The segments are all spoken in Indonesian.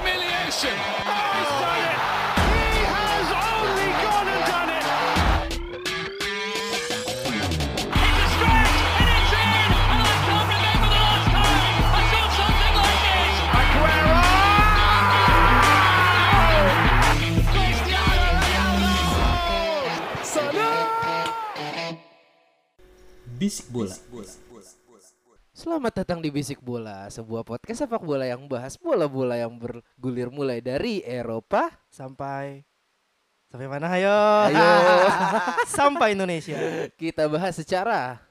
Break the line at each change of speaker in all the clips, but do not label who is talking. possession. Oh, he's done it. He has only gone and done it.
It's a stretch, and it's in, and I can't remember the last time I saw something like this.
Aguero.
Cristiano Ronaldo.
Bisik bola.
Selamat datang di Bisik Bola, sebuah podcast sepak bola yang bahas bola-bola yang bergulir mulai dari Eropa.
sampai sampai mana ayo
Ayo.
sampai Indonesia
Kita bahas secara,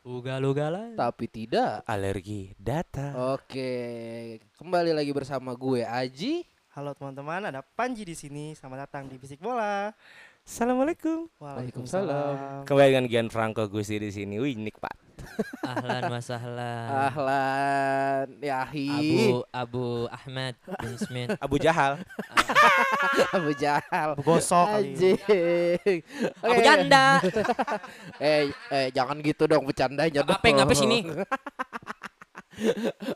tapi tidak.
Alergi data.
Oke, kembali lagi bersama gue Aji.
halo teman-teman ada Panji di sini selamat datang di Bisik Bola
Assalamualaikum.
Waalaikumsalam.
Kembali dengan Gianfranco Gusti di sini. Wih, Nick Pak.
Ahlan wa
Ah,
sahlan.
Ahlan, ya Yahi,
Ah. Abu Abu Ahmad bin Smith.
Abu Jahal.
Abu Jahal.
Abu gosok kali.
Anjing.
Abu
Oke.
Janda.
Eh, eh jangan gitu dong bercandanya dong.
Apa ngapa sini?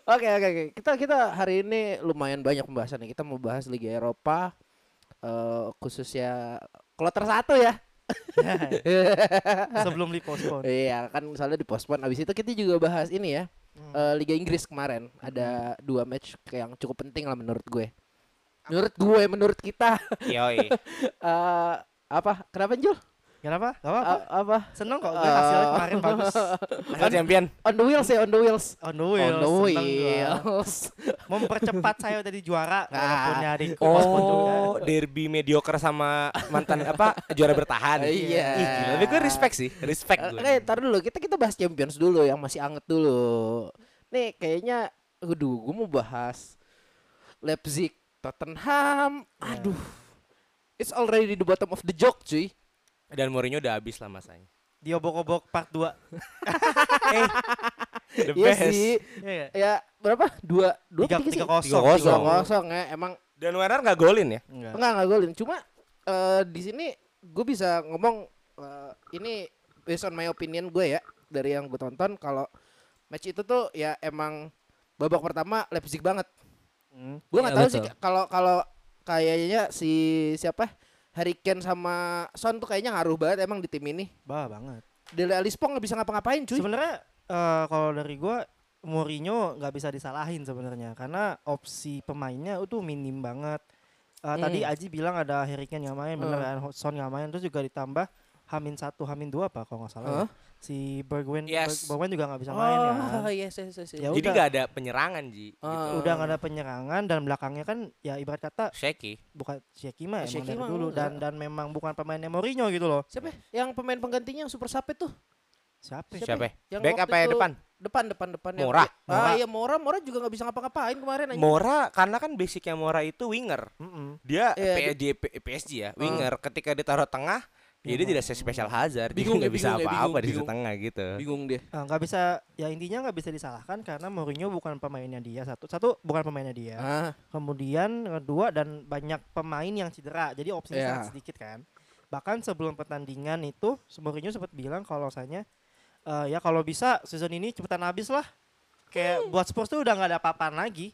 Oke oke oke. Kita kita hari ini lumayan banyak pembahasan nih. Kita mau bahas Liga Eropa eh khususnya kloter satu ya.
Ya. sebelum di postpone
Iya kan misalnya di postpone abis itu kita juga bahas ini ya
Hmm.
eh, Liga Inggris kemarin ada dua match ke- yang cukup penting lah menurut gue menurut gue menurut kita
Yoi.
Eh, apa kenapa Jul
kenapa gak Ya, apa, -apa.
A- apa
seneng kok
Ah.
gue hasilnya kemarin bagus
Asal champion.
on the wheels ya on the wheels
on the wheel,
on the
seneng gua.
wheels
mempercepat saya tadi
Ah.
juara walaupun ya di postpone juga
Oh, derby mediocre sama mantan apa juara bertahan.
Iya.
Ih, gila. Tapi gue respect sih, respect
Eh,
gue.
Oke, tar dulu. Kita kita bahas Champions dulu yang masih anget dulu. Nih, kayaknya aduh, gue mau bahas Leipzig, Tottenham.
Iya.
Aduh. It's already the bottom of the joke, cuy.
Dan Mourinho udah habis lah masanya.
diobok-obok part 2
The
Iya
best.
sih.
Iya.
Ya, berapa? Dua, dua
tiga
apa tiga
tiga
sih?
kosong
Tiga
Tiga
kosong.
kosong ya. Emang
Dan Werner nggak golin ya?
Enggak.
enggak enggak golin. Cuma eh, di sini gue bisa ngomong eh, ini based on my opinion gue ya dari yang gue tonton kalau match itu tuh ya emang babak pertama Leipzig banget.
Hmm.
gue nggak
Iya,
tahu sih
betul.
kalau kalau kayaknya si siapa Harry Kane sama Son tuh kayaknya ngaruh banget emang di tim ini.
bah banget
Dele Alli Spong nggak bisa ngapa-ngapain cuy.
Sebenarnya eh, kalau dari gua Mourinho nggak bisa disalahin sebenarnya karena opsi pemainnya itu minim banget. Eh, Tadi
Hmm.
Mm.
Aji bilang ada Harry Kane nggak main, bener
Oh.
Eh.
kan? Son nggak main, terus juga ditambah Hamin satu, Hamin dua apa kalau nggak salah. ya.
Heeh.
Si Bergwijn,
Yes. Oh, iya.
Bergwijn juga nggak bisa main
Oh,
ya. kan?
yes, yes, yes, yes.
Ya
Jadi
udah,
nggak ada penyerangan Ji. Gitu.
Ah.
udah nggak ada penyerangan dan belakangnya kan ya ibarat kata
Shaky.
bukan Shekima emang
Shaqiri
dari
mah
dulu dan dan memang bukan pemainnya Mourinho gitu loh.
Siapa? ya? Yang pemain penggantinya yang super sapet tuh.
Siapa? ya?
Siapa?
Yang
Back
waktu
apa ya
itu-
depan?
Depan depan depan yang-
Mora.
Ah
Mora.
iya Mora, Mora juga nggak bisa ngapa-ngapain kemarin anjing.
Mora karena kan basicnya Mora itu winger.
Mm-mm.
Dia
Iya, Hmm.
P- di P- PSG ya, winger. Ketika ditaruh tengah, ya dia tidak spesial hazard.
Bingung
dia nggak
ya,
bisa
bingung ya,
apa-apa di
bingung,
situ
bingung.
tengah gitu.
Bingung dia.
Ah, nggak bisa ya intinya nggak bisa disalahkan karena Mourinho bukan pemainnya dia satu satu bukan pemainnya dia
Ah,
kemudian kedua dan banyak pemain yang cedera jadi opsinya
Iya.
sangat sedikit kan bahkan sebelum pertandingan itu Mourinho sempat bilang kalau misalnya eh, ya kalau bisa season ini cepetan habis lah kayak buat Spurs tuh udah nggak ada apa-apaan lagi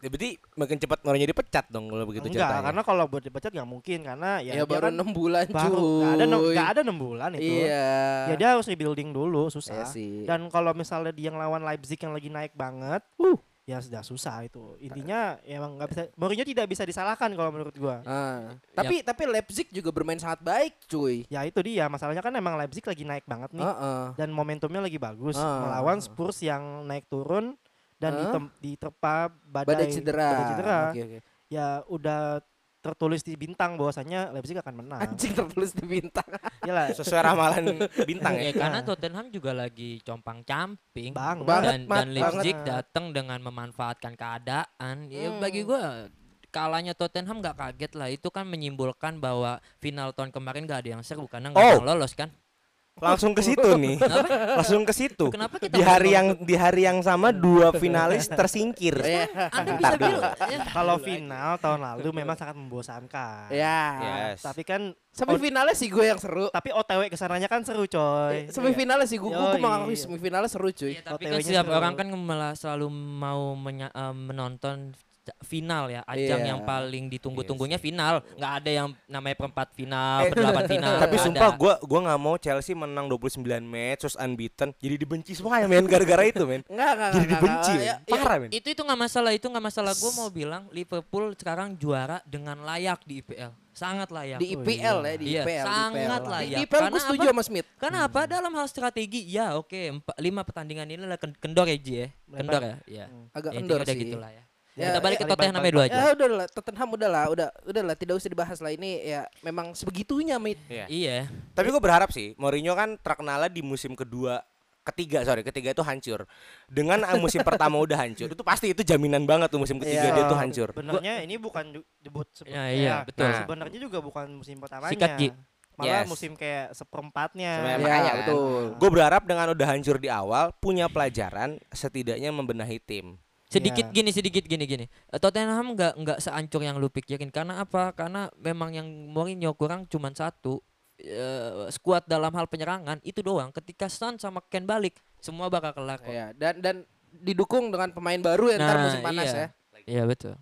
Ya, berarti makin cepat Mourinho dipecat dong kalau begitu
enggak
ceritanya.
karena kalau buat dipecat nggak mungkin karena ya,
Gitu ya,
dia
baru
kan
enam bulan
baru
cuy.
nggak ada enam- nggak ada enam bulan itu
Iya.
ya dia harus rebuilding dulu
Iya
susah
sih.
Dan kalau misalnya dia ngelawan Leipzig yang lagi naik banget, uh, ya sudah susah itu.
Nah.
Intinya ya emang nggak bisa Mourinho tidak bisa disalahkan kalau menurut gua.
Ah. Tapi tapi Leipzig juga bermain sangat baik cuy.
Ya itu dia, masalahnya kan emang Leipzig lagi naik banget nih
Heeh.
dan momentumnya lagi bagus
Ah.
melawan Spurs yang naik turun dan
Ah.
ditem- diterpa badai,
Badai cedera. Ah.
badai cedera.
Oke, oke.
Ya udah tertulis di bintang bahwasannya Leipzig akan menang. Ya
Anjing tertulis di bintang.
Iyalah,
sesuai ramalan bintang ya.
Ya, karena Tottenham juga lagi compang-camping
Banget,
dan,
Mat,
dan Leipzig
banget.
datang dengan memanfaatkan keadaan. Ya
Hmm.
bagi gua kalanya Tottenham nggak kaget lah itu kan menyimbolkan bahwa final tahun kemarin gak ada yang seru karena nggak
Oh.
ada yang lolos kan.
Langsung ke situ nih. Langsung ke situ.
Kenapa kita
Di
bahas
hari yang di hari yang sama dua finalis tersingkir.
Iya.
Anda
Bentar
bisa bilang ya,
kalau final tahun lalu memang sangat membosankan.
Ya.
Yes.
Tapi kan
Sampai finalnya sih gue yang seru.
tapi OTW kesananya kan seru coy. Iya.
Semifinalnya finalnya sih gue, gue
Yoi.
mengakui semifinalnya seru cuy.
Ya, tapi
OTW-nya
kan setiap
seru.
orang kan malah selalu mau menya- eh, menonton aj- final ya, ajang
Iya.
yang paling ditunggu-tunggunya final. Nggak ada yang namanya perempat final,
Eh,
perdelapan final.
Tapi
nggak
sumpah
iya, ada.
gua gua nggak mau Chelsea menang 29 match terus unbeaten jadi dibenci semua ya men gara-gara itu men.
Enggak, enggak,
Jadi
enggak,
dibenci,
Ya,
enggak.
men. Parah men.
Itu itu nggak masalah, itu nggak masalah. Gue mau bilang Liverpool sekarang juara dengan layak di IPL, sangat
Ya,
layak.
Di IPL ya, di
Iya,
IPL. di
sangat
IPL.
lah
Di
ya.
IPL gue
Karena
setuju
apa?
sama Smith.
Karena apa?
Hmm.
Dalam hal strategi, ya oke. empa- lima pertandingan ini lah ken- kendor ya Ji ya. Kendor ya. Iya.
Agak
Ya,
endor
intinya udah
sih.
gitu lah ya.
Ya,
Kita balik
ya,
ke Tottenham ya dulu aja.
Ya udah lah, Tottenham udah lah, udah udah lah, tidak usah dibahas lah ini ya memang sebegitunya mit.
Iya.
Iya.
Tapi gue berharap sih Mourinho kan terkenal di musim kedua ketiga sorry ketiga itu hancur dengan ah, musim pertama udah hancur itu pasti itu jaminan banget tuh musim ketiga
Iya.
dia tuh hancur
Benernya ini bukan ju- debut
Ya,
sebelumnya.
iya, betul.
Nah.
Sebenarnya juga bukan musim pertamanya.
Sikat, Ji.
Malah
Yes.
musim kayak seperempatnya. Iya,
Sebenarnya
Ya,
makanya kan.
betul.
gue berharap dengan udah hancur di awal punya pelajaran setidaknya membenahi tim
Sedikit
Iya.
gini, sedikit gini gini. Eh, Tottenham nggak nggak seancur yang lu pikirin. Karena apa? Karena memang yang Mourinho kurang cuman satu. Eh, skuad dalam hal penyerangan itu doang. Ketika Son sama Ken balik, semua bakal kelar kok.
Ya, dan dan didukung dengan pemain baru ya ntar
Nah,
musim panas
iya.
ya.
Iya betul.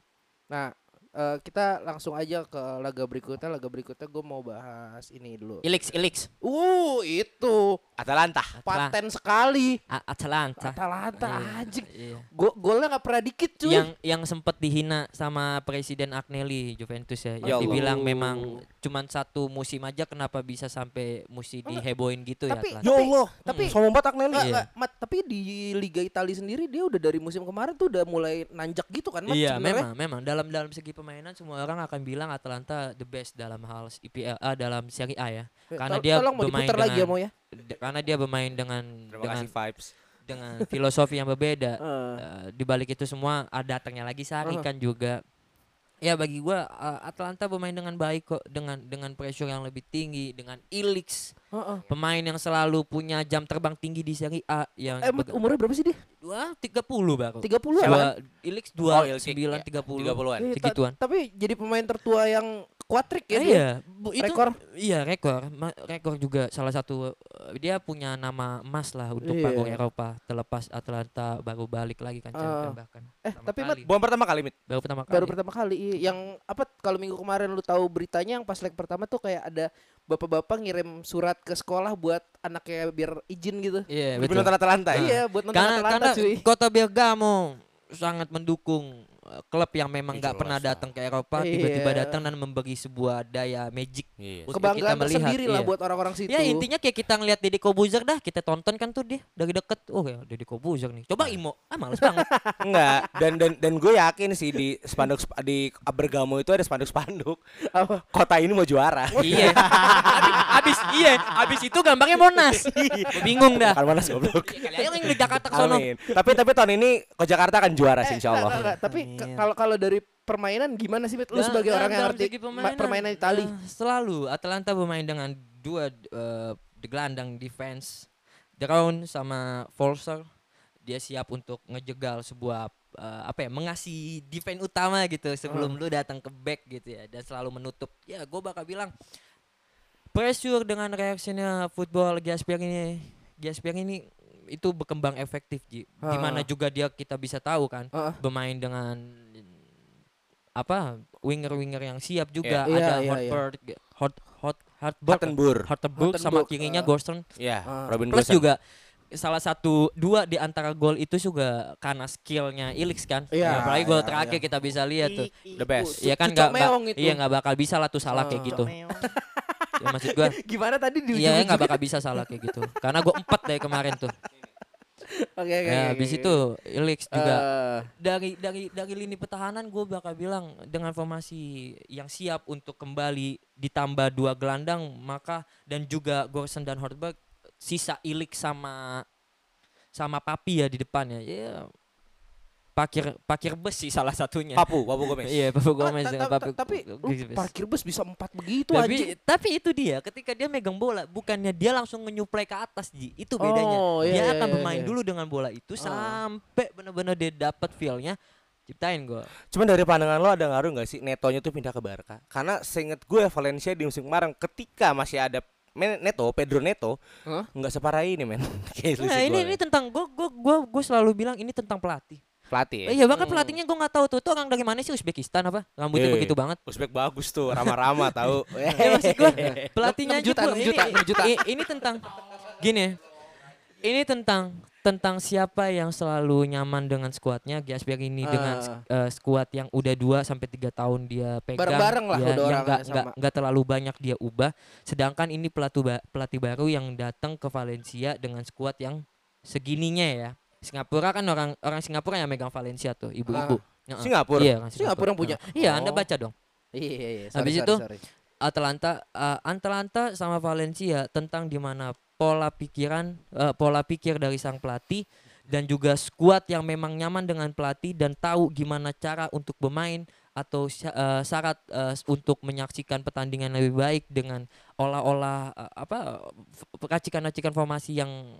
Nah, eh, kita langsung aja ke laga berikutnya. Laga berikutnya gue mau bahas ini dulu.
Ilix, Ilix.
Uh, itu
Atalanta
Atal-
paten sekali.
A-
Ah,
Atalanta.
Atalanta
Iya,
anjing.
iya.
Go golnya nggak pernah dikit cuy.
Yang yang sempat dihina sama Presiden Agnelli Juventus ya.
Ya Allah.
Yang dibilang memang cuman satu musim aja kenapa bisa sampai musi diheboin gitu ya
Tapi-
Atalanta.
ya Allah
tapi-
sombong banget Agnelli
Nggak,
Iya.
nggak, Mat, tapi di Liga Italia sendiri dia udah dari musim kemarin tuh udah mulai nanjak gitu kan Mat
Iya
sebenarnya.
memang memang dalam dalam segi permainan semua orang akan bilang Atalanta the best dalam hal IPL ah, dalam Serie A ya karena
Tol-
dia
tolong mau
bermain
diputar lagi ya
dengan-
mau ya.
D- karena dia bermain dengan
terima
dengan
kasih vibes
dengan filosofi yang berbeda
Eh.
Eh, di balik itu semua ada datangnya lagi Sari
Heeh.
kan juga ya bagi gua eh, Atlanta bermain dengan baik kok dengan dengan pressure yang lebih tinggi dengan Ilix
Heeh.
pemain yang selalu punya jam terbang tinggi di Serie A yang
Eh, Mat, umurnya berapa sih dia?
dua tiga puluh baru
30
Dua-
an
Ilix dua
Ilix,
sembilan
iya.
tiga puluh
30-an
Iya, ta-
segituan.
Tapi jadi pemain tertua yang kuatrik ya.
Eh,
dia.
iya, Bu, itu
Rekor.
Iya, rekor. Ma- rekor juga salah satu eh, dia punya nama emas lah untuk
Iya.
panggung Eropa. Terlepas Atlanta baru balik lagi kan champion
Ah.
bahkan.
Eh,
Pertama
tapi Mat,
kali.
bukan pertama kali mit
baru pertama kali.
baru pertama kali i- yang apa kalau minggu kemarin lu tahu beritanya yang pas leg pertama tuh kayak ada bapak-bapak ngirim surat ke sekolah buat anaknya biar izin gitu.
Iya,
Lebih
betul.
nonton Atalanta ya
Iya, buat nonton
Karena
Atalanta
karena
cuy.
kota Bergamo sangat mendukung eh, klub yang memang
Ih,
nggak pernah
jelas lah.
datang ke Eropa
Iya.
tiba-tiba datang dan memberi sebuah daya magic
Iya.
untuk
Kebanggaan
kita melihat.
tersendiri lah
iya.
buat orang-orang situ.
Ya intinya kayak kita ngelihat Deddy Kobuzer dah kita tonton kan tuh dia dari deket oh ya Deddy Kobuzer nih
Iya.
coba Imo ah males banget
enggak dan dan dan gue yakin sih di spanduk di Bergamo itu ada spanduk-spanduk
Apa?
kota ini mau juara
iya abis, abis iya abis itu gambarnya Monas Gua bingung dah
Bukan Monas, goblok.
Iya, kali aja yang di Jakarta ke sono
Amin. Tapi tapi tahun ini ke Jakarta akan juara sih
Eh, enggak,
insyaallah.
Oh,
enggak, enggak. Tapi
iya.
ke-
Amin.
kalau kalau dari permainan gimana sih Mit? Lu
Dan-
sebagai
dan
orang yang
dalam
ngerti
segi
ma- permainan Itali.
eh, selalu Atalanta bermain dengan dua eh, gelandang defense Drown sama Forcer dia siap untuk ngejegal sebuah eh, apa ya mengasih defense utama gitu
Hmm.
sebelum lu datang ke back gitu ya dan selalu menutup ya gue bakal bilang pressure dengan reaksinya football Gaspar ini Gaspar ini itu berkembang efektif Ji. Dimana juga dia kita bisa tahu kan
Heeh.
bermain dengan apa winger-winger yang siap juga
Iya,
ada
iya,
Hotbird, Hot Hot Hartberg,
Hattenburg.
Hartberg
Hartenburg,
sama kirinya
eh.
Gorson.
Ya,
Ah.
Robin
Plus
Gosens.
juga salah satu dua di antara gol itu juga karena skillnya Ilix kan.
Iya,
Apalagi gol
iya,
terakhir
iya.
kita bisa lihat tuh.
the best.
Iya kan
Cucok
nggak
Gitu. meong
nggak-
itu.
iya nggak bakal bisa lah tuh salah kayak gitu. Ya, maksud gua
Gimana tadi di
Iya,
ujung-ujung?
nggak bakal bisa salah kayak gitu. Karena gue empat dari kemarin tuh.
Oke, oke, oke,
Ya, habis
oke.
itu Ilix juga
Eh,
dari dari dari lini pertahanan gue bakal bilang dengan formasi yang siap untuk kembali ditambah dua gelandang maka dan juga Gorsen dan Horberg sisa Ilix sama sama Papi ya di depannya. Ya parkir parkir bus sih salah satunya.
Papu, Papu Gomez.
Iya, Papu Gomez
ta-
dengan
Ah, ta-
Papu.
ta- tapi lu
Gomez.
parkir bus bisa empat begitu
tapi,
anjing.
tapi itu dia ketika dia megang bola bukannya dia langsung menyuplai ke atas Ji. Itu bedanya.
Oh, iya,
dia
iya,
akan
iya,
bermain
iya.
dulu dengan bola itu sampai benar-benar dia dapat feel-nya ciptain gol.
Cuman dari pandangan lo ada ngaruh nggak sih Netonya tuh pindah ke Barca? Karena seinget gue Valencia di musim kemarin ketika masih ada Men- Neto, Pedro Neto
Hah?
nggak separah ini men. Kayak
Nah,
selisih
ini
gol
ini
ya.
tentang gue gue gue gue selalu bilang ini tentang pelatih.
pelatih. ya?
Eh, iya bahkan
Hmm.
pelatihnya gue nggak tahu tuh tuh orang dari mana sih Uzbekistan apa rambutnya
Eh.
begitu banget.
Uzbek bagus tuh, rama-rama tahu.
Iya,
Eh maksud gue pelatihnya
Enam juta,
juga
enam
ini,
juta, enam juta.
i- ini tentang gini. ya. Ini tentang tentang siapa yang selalu nyaman dengan skuadnya Gasper ini dengan
Ah.
eh, skuad yang udah 2 sampai 3 tahun dia pegang
Bareng-bareng lah
ya,
udah
yang
orangnya
nggak-
sama.
nggak nggak terlalu banyak dia ubah sedangkan ini pelatih ba- pelatih baru yang datang ke Valencia dengan skuad yang segininya ya Singapura kan orang orang Singapura yang megang Valencia tuh ibu-ibu Heeh.
Singapura.
Iya, orang
Ah. Singapura yang punya.
Iya,
Oh.
Anda baca dong.
Iya, iya, iya.
Habis itu, Atalanta eh, Atalanta sama Valencia tentang di mana pola pikiran eh, pola pikir dari sang pelatih dan juga skuad yang memang nyaman dengan pelatih dan tahu gimana cara untuk bermain atau sya- eh, syarat eh, s- untuk menyaksikan pertandingan lebih baik dengan olah-olah eh, apa f- racikan-racikan formasi yang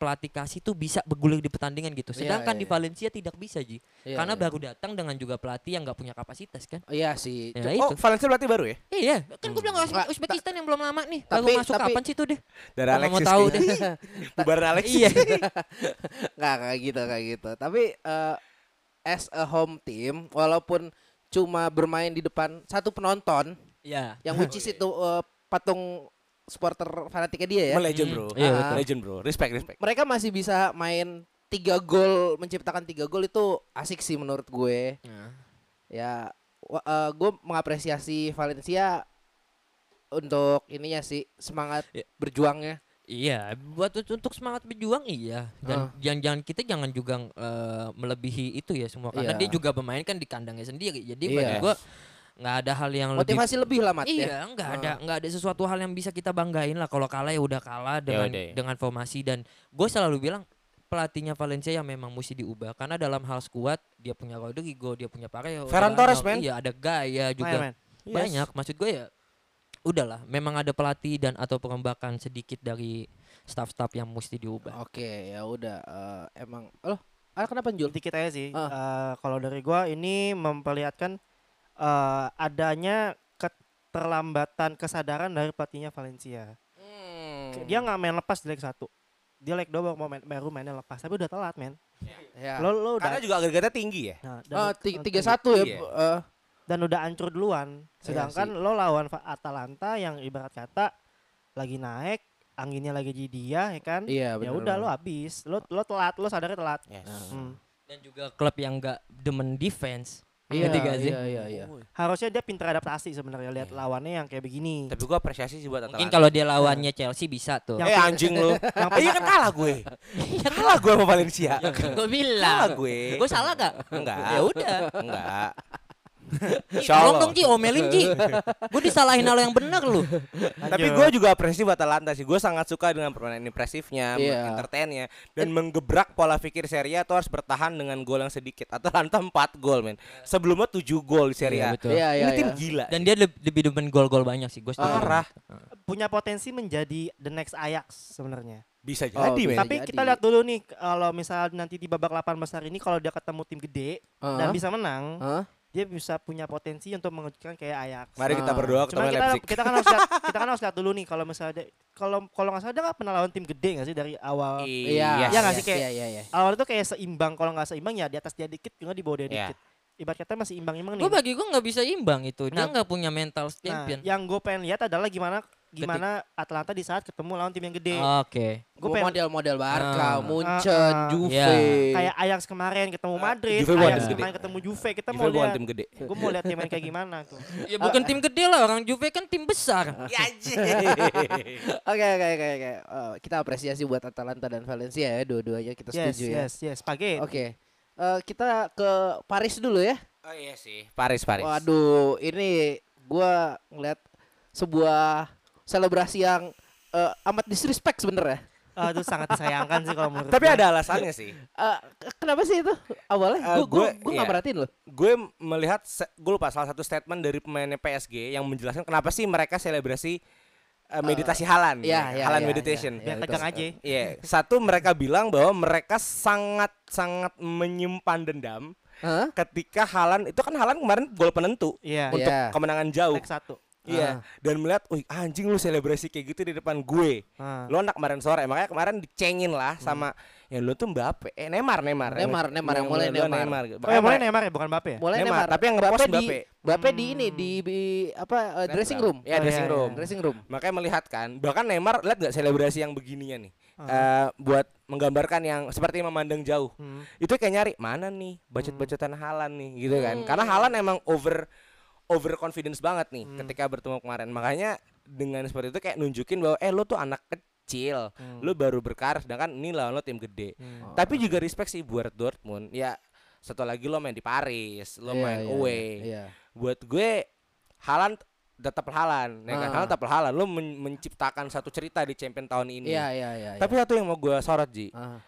pelatih kasih tuh bisa bergulir di pertandingan gitu.
Iya,
Sedangkan
iya,
di
iya.
Valencia tidak bisa, Ji.
Iya,
Karena
iya.
baru datang dengan juga pelatih yang nggak punya kapasitas kan.
Iya sih.
Ya,
Oh,
itu.
Valencia pelatih baru ya?
Iya, kan gue bilang
Hmm.
Uzbe-
Nggak, ta-
Uzbekistan yang belum lama nih.
tapi-
Baru masuk
tapi-
kapan sih itu deh?
Dari
Kalau
Alexis.
mau tahu
kayaknya. Bubaran Alexis.
Iya.
Nggak kayak gitu, kayak gitu. Tapi eh, as a home team, walaupun cuma bermain di depan satu penonton,
Iya.
yang which is itu eh, patung supporter fanatiknya dia ya.
Emang legend bro.
Hmm, iya,
Ah,
betul.
legend bro. Respect, respect.
Mereka masih bisa main tiga gol, menciptakan tiga gol itu asik sih menurut gue. Ya, wa- eh, gue mengapresiasi Valencia untuk ininya sih semangat
Ya.
berjuangnya.
Iya, buat untuk semangat berjuang
Ah.
iya. Dan jangan, jangan kita jangan juga eh, melebihi itu ya semua karena
Iya.
dia juga bermain kan di kandangnya sendiri. Jadi
Iya.
bagi gua nggak ada hal yang lebih
Motivasi lebih lah Mat ya.
Iya, nggak ada nggak ada sesuatu hal yang bisa kita banggain lah kalau kalah ya udah kalah dengan
udah ya.
dengan formasi dan gue selalu bilang pelatihnya Valencia yang memang mesti diubah karena dalam hal skuad dia punya Rodrigo, dia punya Pareo,
Ferran
Ronaldo,
Torres, men.
Iya, ada Gaya juga.
Main, main.
Yes.
Banyak, maksud gue ya udahlah memang ada pelatih dan atau perombakan sedikit dari staff-staff yang mesti diubah.
Oke, ya udah eh, emang loh, ah, kenapa Jul?
dikit aja sih.
Ah.
Eh, kalau dari gua ini memperlihatkan eh, adanya keterlambatan kesadaran dari pelatihnya Valencia.
Hmm.
Dia nggak main lepas di leg satu. Dia leg dua baru mau main, baru mainnya lepas, tapi udah telat, men.
Ya.
Lo lo
Karena
udah
juga agregatnya tinggi ya.
nah, dan,
Ah, ti- tiga satu ya.
Iya.
eh,
dan udah hancur duluan.
Iya
Sedangkan lo lawan Fa- Atalanta yang ibarat kata lagi naik, anginnya lagi di dia, ya kan?
iya
ya
bener
udah lo
banget.
habis, lo lo telat, lo sadarnya telat.
Yes.
Hmm.
Dan juga klub yang nggak demen defense.
Iya,
Ngerti gak sih?
Iya, iya, iya.
Harusnya dia pintar adaptasi sebenarnya lihat lawannya yang kayak begini.
Tapi gua apresiasi sih buat
Mungkin
Atalanta.
kalau dia lawannya Chelsea bisa tuh.
Yang-
Eh anjing lu. Eh, Iya kan kalah gue.
Iya,
Kalah gue sama Valencia.
gue
Kalah
bilang.
gue.
Gue salah gak?
Enggak.
Ya udah.
Enggak.
Ih,
Ah. Insya
Tolong
Allah.
dong Ji, omelin Ji. Gue disalahin hal yang benar lu.
Tapi gue juga apresiasi buat Atalanta sih. Gue sangat suka dengan permainan impresifnya,
Iya.
entertainnya, dan menggebrak pola pikir Serie A tuh harus bertahan dengan gol yang sedikit. Atalanta 4 gol, men. Sebelumnya 7 gol di Serie A.
Iya, Ah. betul.
Iya, iya,
Ini tim
iya.
gila.
Dan dia leb- lebih demen gol-gol banyak sih. Gue
Parah.
punya potensi menjadi the next Ajax sebenarnya.
Bisa
Oh,
jadi, men.
bisa.
Tapi
jadi.
kita lihat dulu nih kalau misal nanti di babak 8 besar ini kalau dia ketemu tim gede
Heeh. Iya,
dan bisa menang,
Heeh.
dia bisa punya potensi untuk mengejutkan kayak Ajax.
Mari kita
Ah.
berdoa ketemu
Cuman kita
Leipzig.
kita kan harus lihat kita kan harus lihat dulu nih kalau misalnya dia- kalau kalau nggak salah dia nggak pernah lawan tim gede nggak sih dari awal
Iya,
Iya nggak
yes,
sih, kayak-
Iya, iya, iya.
awal itu kayak seimbang kalau nggak seimbang ya di atas dia dikit juga di bawah dia
Iya.
dikit. Ibarat kata masih imbang-imbang nih.
Gue bagi gue nggak bisa imbang itu.
Nah,
Dia nggak punya mental
Nah,
champion.
yang gue pengen lihat adalah gimana gimana Atlanta di saat ketemu lawan tim yang
Oh,
gede.
Oke.
Gue
Gua
pengen
model-model Barca,
Ah.
Munchen,
Ah, ah.
Juve.
Iya.
kayak Ajax kemarin ketemu Madrid,
Ah, Juve bukan
Ajax
tim gede.
kemarin ketemu Juve, kita
Juve
mau
bukan
lihat.
tim gede.
Gue mau lihat dia main kayak gimana tuh.
Ya bukan tim gede lah. Orang Juve kan tim besar.
Ya anjing.
Oke, oke, oke, oke. Eh, kita apresiasi buat Atalanta dan Valencia ya, dua-duanya kita
Yes,
setuju ya.
yes, yes. Pakai.
Oke. Eh, kita ke Paris dulu ya.
Oh iya sih. Paris, Paris.
Waduh, ini gua ngeliat sebuah selebrasi yang eh, amat disrespect sebenernya.
Ah, itu sangat disayangkan sih kalau menurut.
Tapi
gue.
ada alasannya sih.
Eh, ke- kenapa sih itu awalnya?
Eh,
Gue gua,
gue-
gua nggak
iya.
perhatiin loh.
gue m- melihat se- gue lupa salah satu statement dari pemainnya PSG yang menjelaskan kenapa sih mereka selebrasi eh, meditasi halan,
iya, iya,
halan
iya,
meditation.
iya, Ya,
biar
itu-
tegang aja.
Iya, satu mereka bilang bahwa mereka sangat sangat menyimpan dendam
Hah?
ketika Halan itu kan Halan kemarin gol penentu
Iya.
untuk
Iya. Ah.
kemenangan jauh.
Leg satu.
Iya, dan melihat, "Wih, anjing lu selebrasi kayak gitu di depan gue."
Ah.
Lo anak kemarin sore, makanya kemarin dicengin lah sama ya lu tuh Mbappe eh Neymar Neymar
Hmm. Neymar, Neymar, yang mulai
duluan
Neymar.
Oh, yang mulai Neymar ya, bukan Mbappe ya?
Mulai
Neymar,
Neymar,
tapi yang
Mbappe
ngepost
di
Mbappe.
Mbappe di ini di, di- apa eh, dressing room.
ya dressing
iya, iya.
room
Hmm. Dressing room.
makanya melihat kan bahkan Neymar lihat nggak selebrasi yang begininya nih
Ah.
Eh, buat menggambarkan yang seperti memandang jauh
Hmm.
itu kayak nyari mana nih bacot-bacotan
Hmm.
Halan nih gitu kan karena Halan emang over over confidence banget nih
Hmm.
ketika bertemu kemarin makanya dengan seperti itu kayak nunjukin bahwa eh lo tuh anak kecil
Hmm.
lo baru berkarir sedangkan ini lawan lo tim gede
Oh.
tapi juga respect sih buat Dortmund ya satu lagi lo main di Paris lo
Iya,
main
iya,
away
Iya.
buat gue Halan tetap Halan ya kan
Ah.
Haaland tetap Halan lo men- menciptakan satu cerita di champion tahun ini
Iya, iya, iya.
tapi satu yang mau gue sorot Ji
Ah.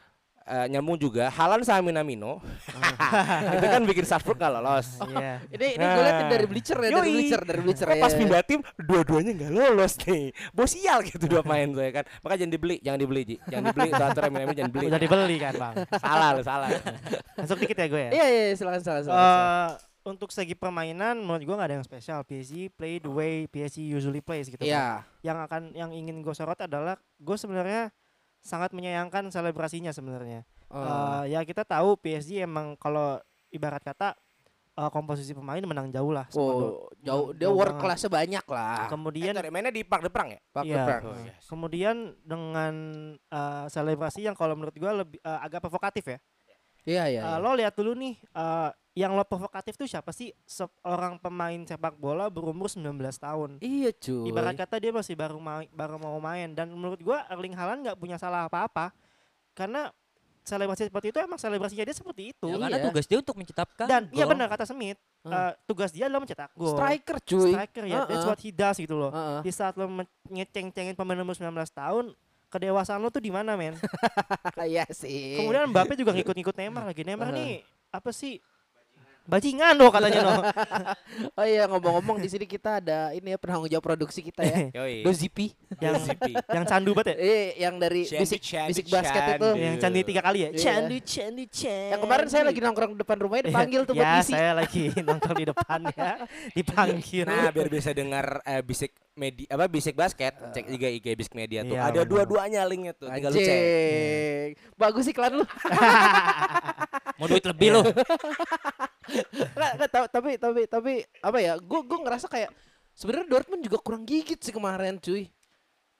Eh, nyambung juga Halan sama Minamino
Ah.
itu kan bikin Salzburg gak lolos
Iya.
Ini ini gue liatin
Nah.
dari Bleacher ya, dari
Yoi.
Bleacher, dari Bleacher
Makanya
ya.
pas pindah tim dua-duanya nggak lolos nih bos sial gitu dua main saya kan makanya jangan dibeli jangan dibeli Ji jangan dibeli itu aturan Minamino jangan beli
Udah dibeli kan, Bang.
salah lu salah
Masuk dikit ya gue ya.
Iya, iya, iya, silakan silakan silakan. silakan.
Eh, untuk segi permainan menurut gue nggak ada yang spesial. PSG play the way PSG usually plays gitu.
Iya.
kan. Yang akan yang ingin gue sorot adalah gue sebenarnya sangat menyayangkan selebrasinya sebenarnya.
Eh,
Eh, ya kita tahu PSG emang kalau ibarat kata eh, komposisi pemain menang jauh lah. sama Dor-
Oh, jauh dia
jauh
world
banget.
class-nya banyak lah.
Kemudian
Iya, mainnya di Park de Prang ya
Pak
nah. Iya.
Keprang.
Oh, yes.
kemudian dengan eh, selebrasi yang kalau menurut gue lebih eh, agak provokatif ya.
Iya, iya.
Eh, lo lihat dulu nih eh, yang lo provokatif tuh siapa sih? Seorang pemain sepak bola berumur 19 tahun.
Iya, cuy.
ibarat kata dia masih baru mau baru mau main dan menurut gua Erling Haaland nggak punya salah apa-apa karena selebrasi seperti itu emang selebrasinya dia seperti itu
Ya, karena
iya.
tugas dia untuk menciptakan
dan iya
gol.
benar kata Smith
Hmm.
eh, tugas dia adalah mencetak gol
striker, cuy.
striker ya that's
Uh-uh.
what he does gitu loh
Heeh.
di saat lo men- ngeceng-cengin pemain umur 19 tahun kedewasaan lo tuh di mana men
Iya sih.
Gitu. kemudian Mbappe juga ngikut-ngikut Neymar lagi Neymar
Uh-huh.
nih apa sih bajingan lo katanya lo
Oh iya ngomong-ngomong di sini kita ada ini ya penanggung jawab produksi kita ya.
Yoi.
Dozipi.
yang
Zipi.
yang
Iya.
candu banget ya
Eh yang dari
Shandy,
bisik
Shandy,
bisik basket
Shandy.
itu.
yang candu tiga kali ya
Iya.
candu candu candu
Yang kemarin saya lagi nongkrong di depan rumahnya dipanggil tuh buat
ya,
isi.
saya lagi nongkrong di depan ya, dipanggil.
Nah, biar bisa dengar eh, bisik media apa bisik basket, cek juga IG bisik media tuh.
Eh, Iya,
Ada
benar.
dua-duanya linknya tuh, tinggal lu cek.
Anjing. Bagus iklan lu.
mau duit lebih loh
Nggak, nggak, ta- tapi tapi tapi apa ya? Gue gue ngerasa kayak sebenarnya Dortmund juga kurang gigit sih kemarin, cuy.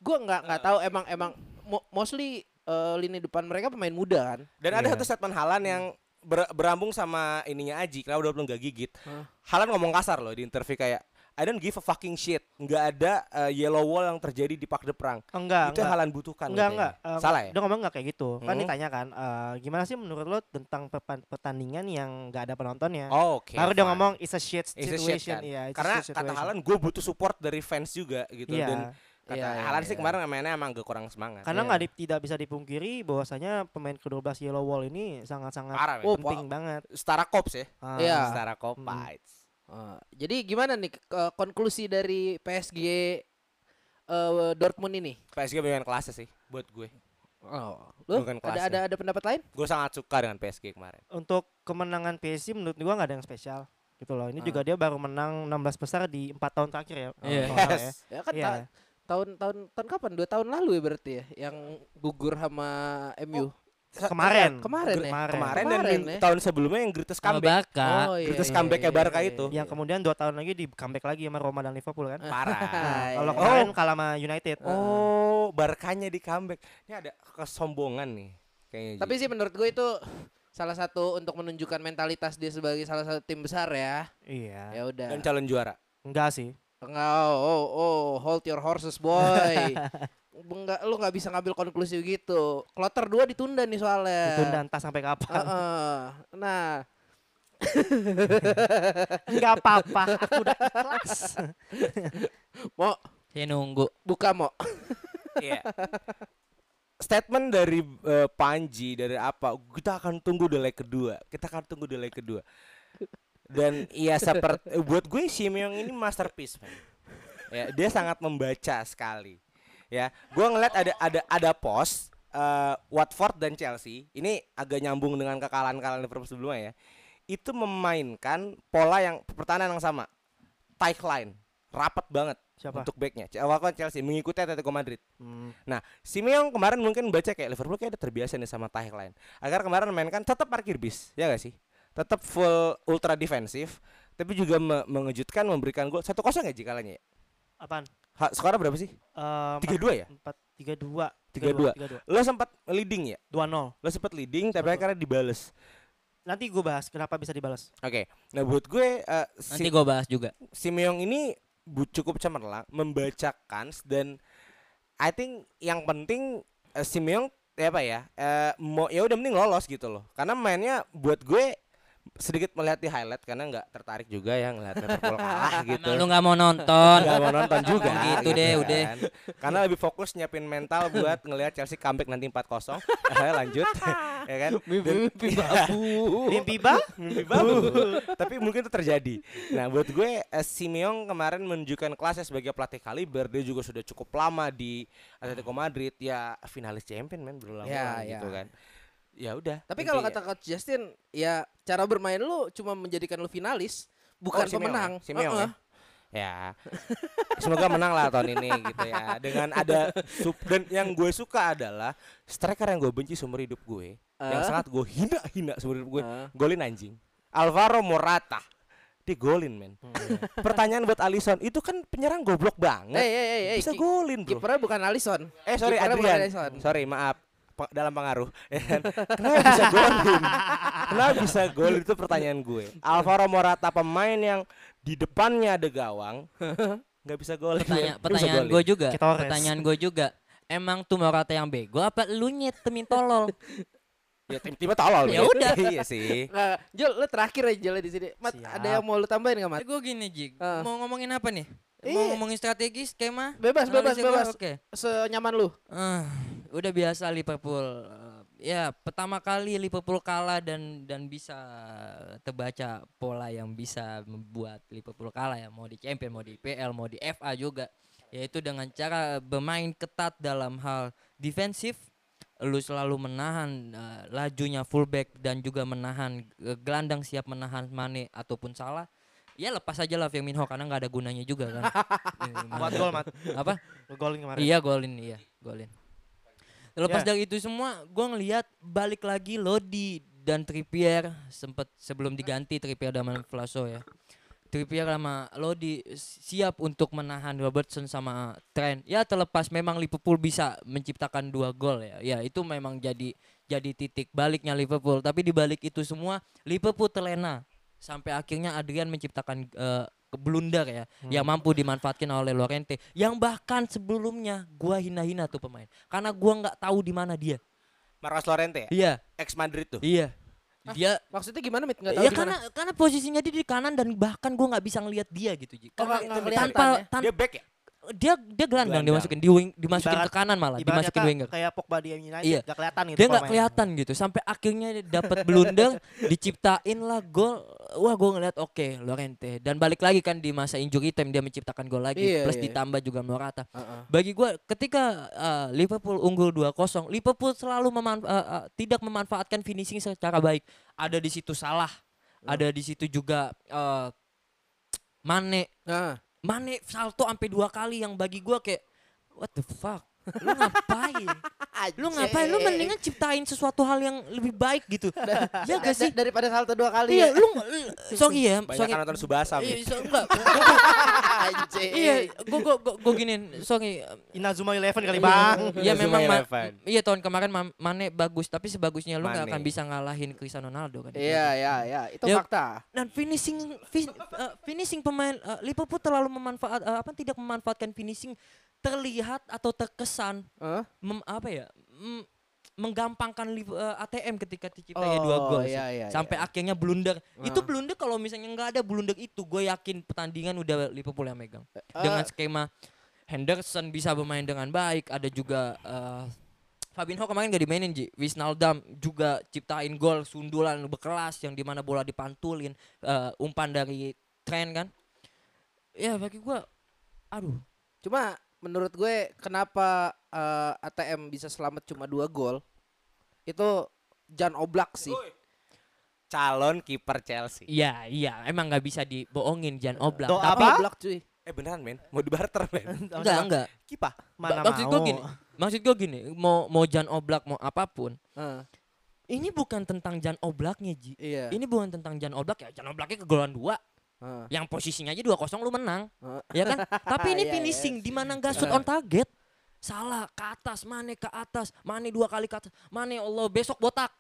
Gue nggak nggak
Iya.
tahu emang emang mo- mostly eh, lini depan mereka pemain muda kan.
Dan ada
Iya.
satu statement Halan yang ber- berambung sama ininya Aji, kenapa udah belum gak gigit.
Hah?
Halan ngomong kasar loh di interview kayak I don't give a fucking shit. Nggak ada eh, yellow wall yang terjadi di Park de Prang.
Enggak,
itu yang
enggak.
Halan butuhkan.
Enggak,
katanya.
enggak. Eh,
Salah ya?
Dia ngomong enggak kayak gitu. Kan
Hmm.
ditanya kan, eh, gimana sih menurut lo tentang perpan- pertandingan yang enggak ada penontonnya?
Oh, Oke.
Baru dia
fine.
ngomong it's a shit
It's a shit,
situation.
kan?
Iya, it's a
Karena
shit
kata
situation.
Halan gue butuh support dari fans juga gitu
Iya. Kan
dan kata
Iya, iya,
Halan sih
iya.
kemarin mainnya emang gak kurang semangat.
Iya.
Karena nggak di- tidak bisa dipungkiri bahwasanya pemain ke-12 Yellow Wall ini sangat-sangat
Parah, men.
Oh,
penting banget.
Setara Kops ya.
Ah,
Iya.
Setara
Hmm.
Kopites. Ah.
Eh, jadi gimana nih ke- eh, konklusi dari PSG eh, Dortmund ini?
PSG bukan kelasnya sih buat gue.
Oh, lu
Bukan ya?
ada
kelasnya.
ada ada pendapat lain?
Gue sangat suka dengan PSG kemarin.
Untuk kemenangan PSG menurut gua nggak ada yang spesial gitu
Ah.
loh. Ini juga dia baru menang 16 besar di 4 tahun terakhir ya.
Iya.
kalau nggak salah
Eh,
ya.
Ya kan
Iya.
ta- tahun tahun tahun kapan? Dua tahun lalu ya berarti ya yang gugur sama
Oh.
MU. Kemarin ya?
kemarin.
Kemarin,
Kemarin.
dan
Kemarin
min-
ya.
tahun sebelumnya yang greatest
sama
comeback.
Barca.
iya,
Greatest
iya,
Nah, comebacknya
iya,
Barca
iya,
itu.
iya.
Yang kemudian dua tahun lagi di comeback lagi sama Roma dan Liverpool kan.
Parah.
Nah, kalau
Ah, iya.
kemarin kalah sama United.
Oh, Barkanya di comeback. Ini ada kesombongan nih kayaknya. Ji.
Tapi sih menurut gue itu salah satu untuk menunjukkan mentalitas dia sebagai salah satu tim besar ya.
Iya.
Ya udah.
dan calon juara.
Enggak sih.
Enggak, oh, oh, oh, hold your horses boy. Enggak, lu nggak bisa ngambil konklusi gitu. Kloter 2 ditunda nih soalnya.
Ditunda entah sampai kapan.
Heeh. Nah,
Enggak apa-apa, aku udah ikhlas.
mau
Saya nunggu.
buka mau.
Iya. Statement dari eh, Panji dari apa? Kita akan tunggu delay kedua. Kita akan tunggu delay kedua. Dan iya seperti buat gue Simeon ini masterpiece, man. Ya, dia sangat membaca sekali. Ya, gue ngeliat ada ada ada post eh, Watford dan Chelsea. Ini agak nyambung dengan kekalahan-kekalahan Liverpool sebelumnya ya. Itu memainkan pola yang pertahanan yang sama. Tight line, rapat banget.
Siapa?
untuk backnya. Ce- Awal kan Chelsea mengikuti Atletico Madrid.
Hmm.
Nah, Simeone kemarin mungkin baca kayak Liverpool kayak ada terbiasa nih sama tah lain. Agar kemarin mainkan tetap parkir bis, ya gak sih? Tetap full ultra defensif, tapi juga me- mengejutkan memberikan gol 1-0 ya jika kalanya ya?
Apaan?
Ha, skornya berapa sih? 3-2
Eh,
ya?
empat tiga dua
3-2.
tiga dua
Lo sempat leading ya?
dua nol
Lo sempat leading tapi
Satu.
akhirnya dibales.
nanti gue bahas kenapa bisa dibalas
Oke. Nah, buat gue eh, si-
Nanti gue bahas juga.
Simeong ini bu- cukup cemerlang membaca kans dan I think yang penting eh, Simeong ya apa ya eh, mau ya udah mending lolos gitu loh karena mainnya buat gue sedikit melihat di highlight karena nggak tertarik juga ya ngelihat Liverpool kalah gitu
Emang lu nggak mau nonton?
nggak mau nonton juga
Emang gitu deh, udah.
kan. karena lebih fokus nyiapin mental buat ngelihat Chelsea comeback nanti 4-0 Eh, lanjut ya kan
Mimpi-mimpi
Dan-
babu.
mimpi ba
mimpi babu tapi mungkin itu terjadi nah buat gue eh, Simeone kemarin menunjukkan kelasnya sebagai pelatih kaliber dia juga sudah cukup lama di Atletico Madrid ya finalis champion men berulang
Ya, ya.
gitu kan ya udah
Tapi kalau
intinya.
kata Coach Justin, ya cara bermain lu cuma menjadikan lu finalis,
Oh,
bukan
Simeone,
pemenang.
Simeone
Heeh.
ya. ya semoga menang lah tahun ini gitu ya dengan ada sub dan yang gue suka adalah striker yang gue benci seumur hidup gue yang
Eh?
sangat gue hina hina seumur hidup gue
Eh.
golin anjing Alvaro Morata dia golin men
Hmm.
pertanyaan buat Alisson itu kan penyerang goblok
Eh,
banget
eh, eh, eh,
bisa
ki-
golin bro
Kipernya bukan Alisson.
eh sorry
kipernya bukan
Adrian
Alisson.
sorry maaf Pe- dalam pengaruh ya kan? kenapa bisa golin kenapa bisa golin itu pertanyaan gue Alvaro Morata pemain yang di depannya ada gawang nggak bisa golin men.
Pertanya-
Nggak bisa
pertanyaan
golin.
gue juga.
Kita ores.
Pertanyaan gue juga. Emang tuh Morata yang bego apa lu nyetemin tolol?
ya tiba-tiba tolol
Ya
men.
udah.
iya sih
Nah, Jul, lu terakhir aja Jul di sini. Mat, ada
Siap.
yang mau lu tambahin nggak, Mat?
gue Eh, gini Jig,
Ah.
mau ngomongin apa nih?
Iya.
Mau ngomongin strategi, skema?
Bebas, bebas,
analisis gua?
bebas.
Oke.
Senyaman lu.
Eh, udah biasa Liverpool. Eh, ya, pertama kali Liverpool kalah dan dan bisa terbaca pola yang bisa membuat Liverpool kalah ya, mau di Champion, mau di PL, mau di FA juga, yaitu dengan cara bermain ketat dalam hal defensif. Lu selalu menahan eh, lajunya fullback dan juga menahan eh, gelandang siap menahan Mane ataupun Salah. Ya lepas aja lah Firmino karena nggak ada gunanya juga kan.
buat gol mat
Apa?
Lu golin kemarin
Iya golin, iya golin. Lepas dari itu semua, gue ngelihat balik lagi Lodi dan Trippier sempet sebelum diganti Trippier dan Flaso ya. Trippier sama Lodi siap untuk menahan Robertson sama Trent. Ya terlepas memang Liverpool bisa menciptakan dua gol ya. Ya itu memang jadi jadi titik baliknya Liverpool. Tapi di balik itu semua Liverpool terlena sampai akhirnya Adrian menciptakan eh, blunder ya yang mampu dimanfaatkan oleh Lorente yang bahkan sebelumnya gua hina-hina tuh pemain karena gua nggak tahu di mana dia.
Marcos Llorente ya
Iya,
ex Madrid tuh
iya. Dia
Maksudnya gimana, Mit? Nggak tahu
ya
di
karena
mana.
karena posisinya dia di kanan dan bahkan gua nggak bisa ngelihat dia gitu Ji.
Oh, nggak- nggak
Karena tanpa-
kelihatan
tanpa,
ya.
tan-
dia back ya
dia dia gelandang
Gelandang.
dimasukin di wing dimasukin
Ibarat-
ke kanan malah
Ibarat
dimasukin
kata
winger.
kayak Pogba di United
Iya.
nggak kelihatan gitu
Dia nggak
pemain.
kelihatan gitu sampai akhirnya dia dapat blunder diciptain lah gol. Wah gue ngeliat oke Lorente dan balik lagi kan di masa injury time dia menciptakan gol lagi
Iya,
plus
iya.
ditambah juga Morata.
Heeh.
Bagi gua ketika uh, Liverpool unggul 2-0, Liverpool selalu memanfa- uh, uh, tidak memanfaatkan finishing secara baik. Ada di situ salah, ada di situ juga uh, Mane,
Nah,
Mane salto sampai dua kali yang bagi gua kayak what the fuck. Lu ngapain? Lu ngapain? Lu mendingan ciptain sesuatu hal yang lebih baik gitu. ya gak sih?
Da- daripada salto dua kali. ya?
Iya, lu lu- sorry ya,
banyak
sorry.
kan nonton Subasa men.
Iya, so- enggak.
Anjing.
Iya, gua gua gua- gua giniin, sorry.
Inazuma Eleven kali bang
Iya
Zuma
memang Ma-
Eleven.
iya tahun kemarin Ma- Mane bagus tapi sebagusnya lu nggak
Mane.
akan bisa ngalahin Cristiano Ronaldo kan.
Iya, iya, iya. Itu
Ya.
fakta.
Dan finishing fi- eh, finishing pemain eh, Liverpool terlalu memanfaat eh, apa tidak memanfaatkan finishing terlihat atau terkesan
Heeh.
mem- apa ya? mm, menggampangkan Liv- eh, ATM ketika diciptanya dua
Oh,
gol sih.
iya, iya,
sampai
iya.
akhirnya blunder.
Ah.
Itu blunder kalau misalnya nggak ada blunder itu, gue yakin pertandingan udah Liverpool yang megang.
Eh,
dengan skema Henderson bisa bermain dengan baik, ada juga eh, Fabinho kemarin gak dimainin Ji. Wisnaldum juga ciptain gol sundulan berkelas yang dimana bola dipantulin eh, umpan dari Trent kan. Ya bagi gua aduh
Cuma menurut gue kenapa eh, ATM bisa selamat cuma dua gol itu Jan Oblak sih.
calon kiper Chelsea
Iya, iya, emang nggak iya, bisa dibohongin Jan Oblak.
Doa
Tapi
apa?
Oblak cuy.
Eh beneran men, mau dibarter men.
Enggak, enggak.
Kipa.
Mana
Maksud
mau.
gue gini, maksud gue gini, mau mau Jan Oblak mau apapun,
Heeh,
ini bukan tentang Jan Oblaknya Ji.
iya.
Ini bukan tentang Jan Oblak ya, Jan Oblaknya kegolan dua,
Heeh.
yang posisinya aja 2-0 lu menang,
Heeh.
ya kan? Tapi ini
Iya,
finishing di mana enggak shoot on target. Salah, ke atas, Mane ke atas, Mane dua kali ke atas, Mane ya Allah besok botak.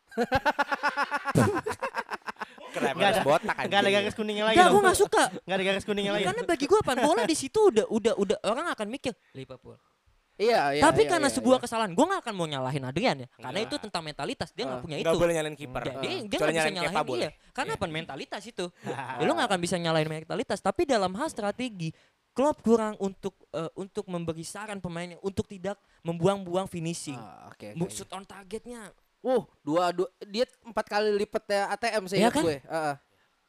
Keren
Nggak
harus
ada-
botak
Enggak ada
anjing.
garis kuningnya
Iya,
lagi.
Enggak,
dong.
gue gak suka.
Nggak ada garis kuningnya lagi.
Karena bagi gue pan bola di situ udah udah udah orang akan mikir Liverpool.
Iya, iya.
Tapi
iya,
karena
iya,
sebuah
iya.
kesalahan, gue gak akan mau nyalahin Adrian ya. Karena
Nggak.
itu tentang mentalitas, dia nggak
Ah,
punya
Nggak
itu.
boleh nyalain kiper.
Dia, dia, dia
Kecuali
nggak bisa
nyalahin
nyalahin
Kepa
dia.
boleh.
Karena
Iya.
apa mentalitas itu. ya, lo nggak akan bisa nyalahin mentalitas. Tapi dalam hal strategi, Klopp kurang untuk eh, untuk memberi saran pemainnya untuk tidak membuang-buang finishing.
Ah, oke. oke.
Mu- Shoot on targetnya.
Uh, dua dua dia empat kali lipat ya ATM sih
Iya
ingat
kan?
gue. Heeh.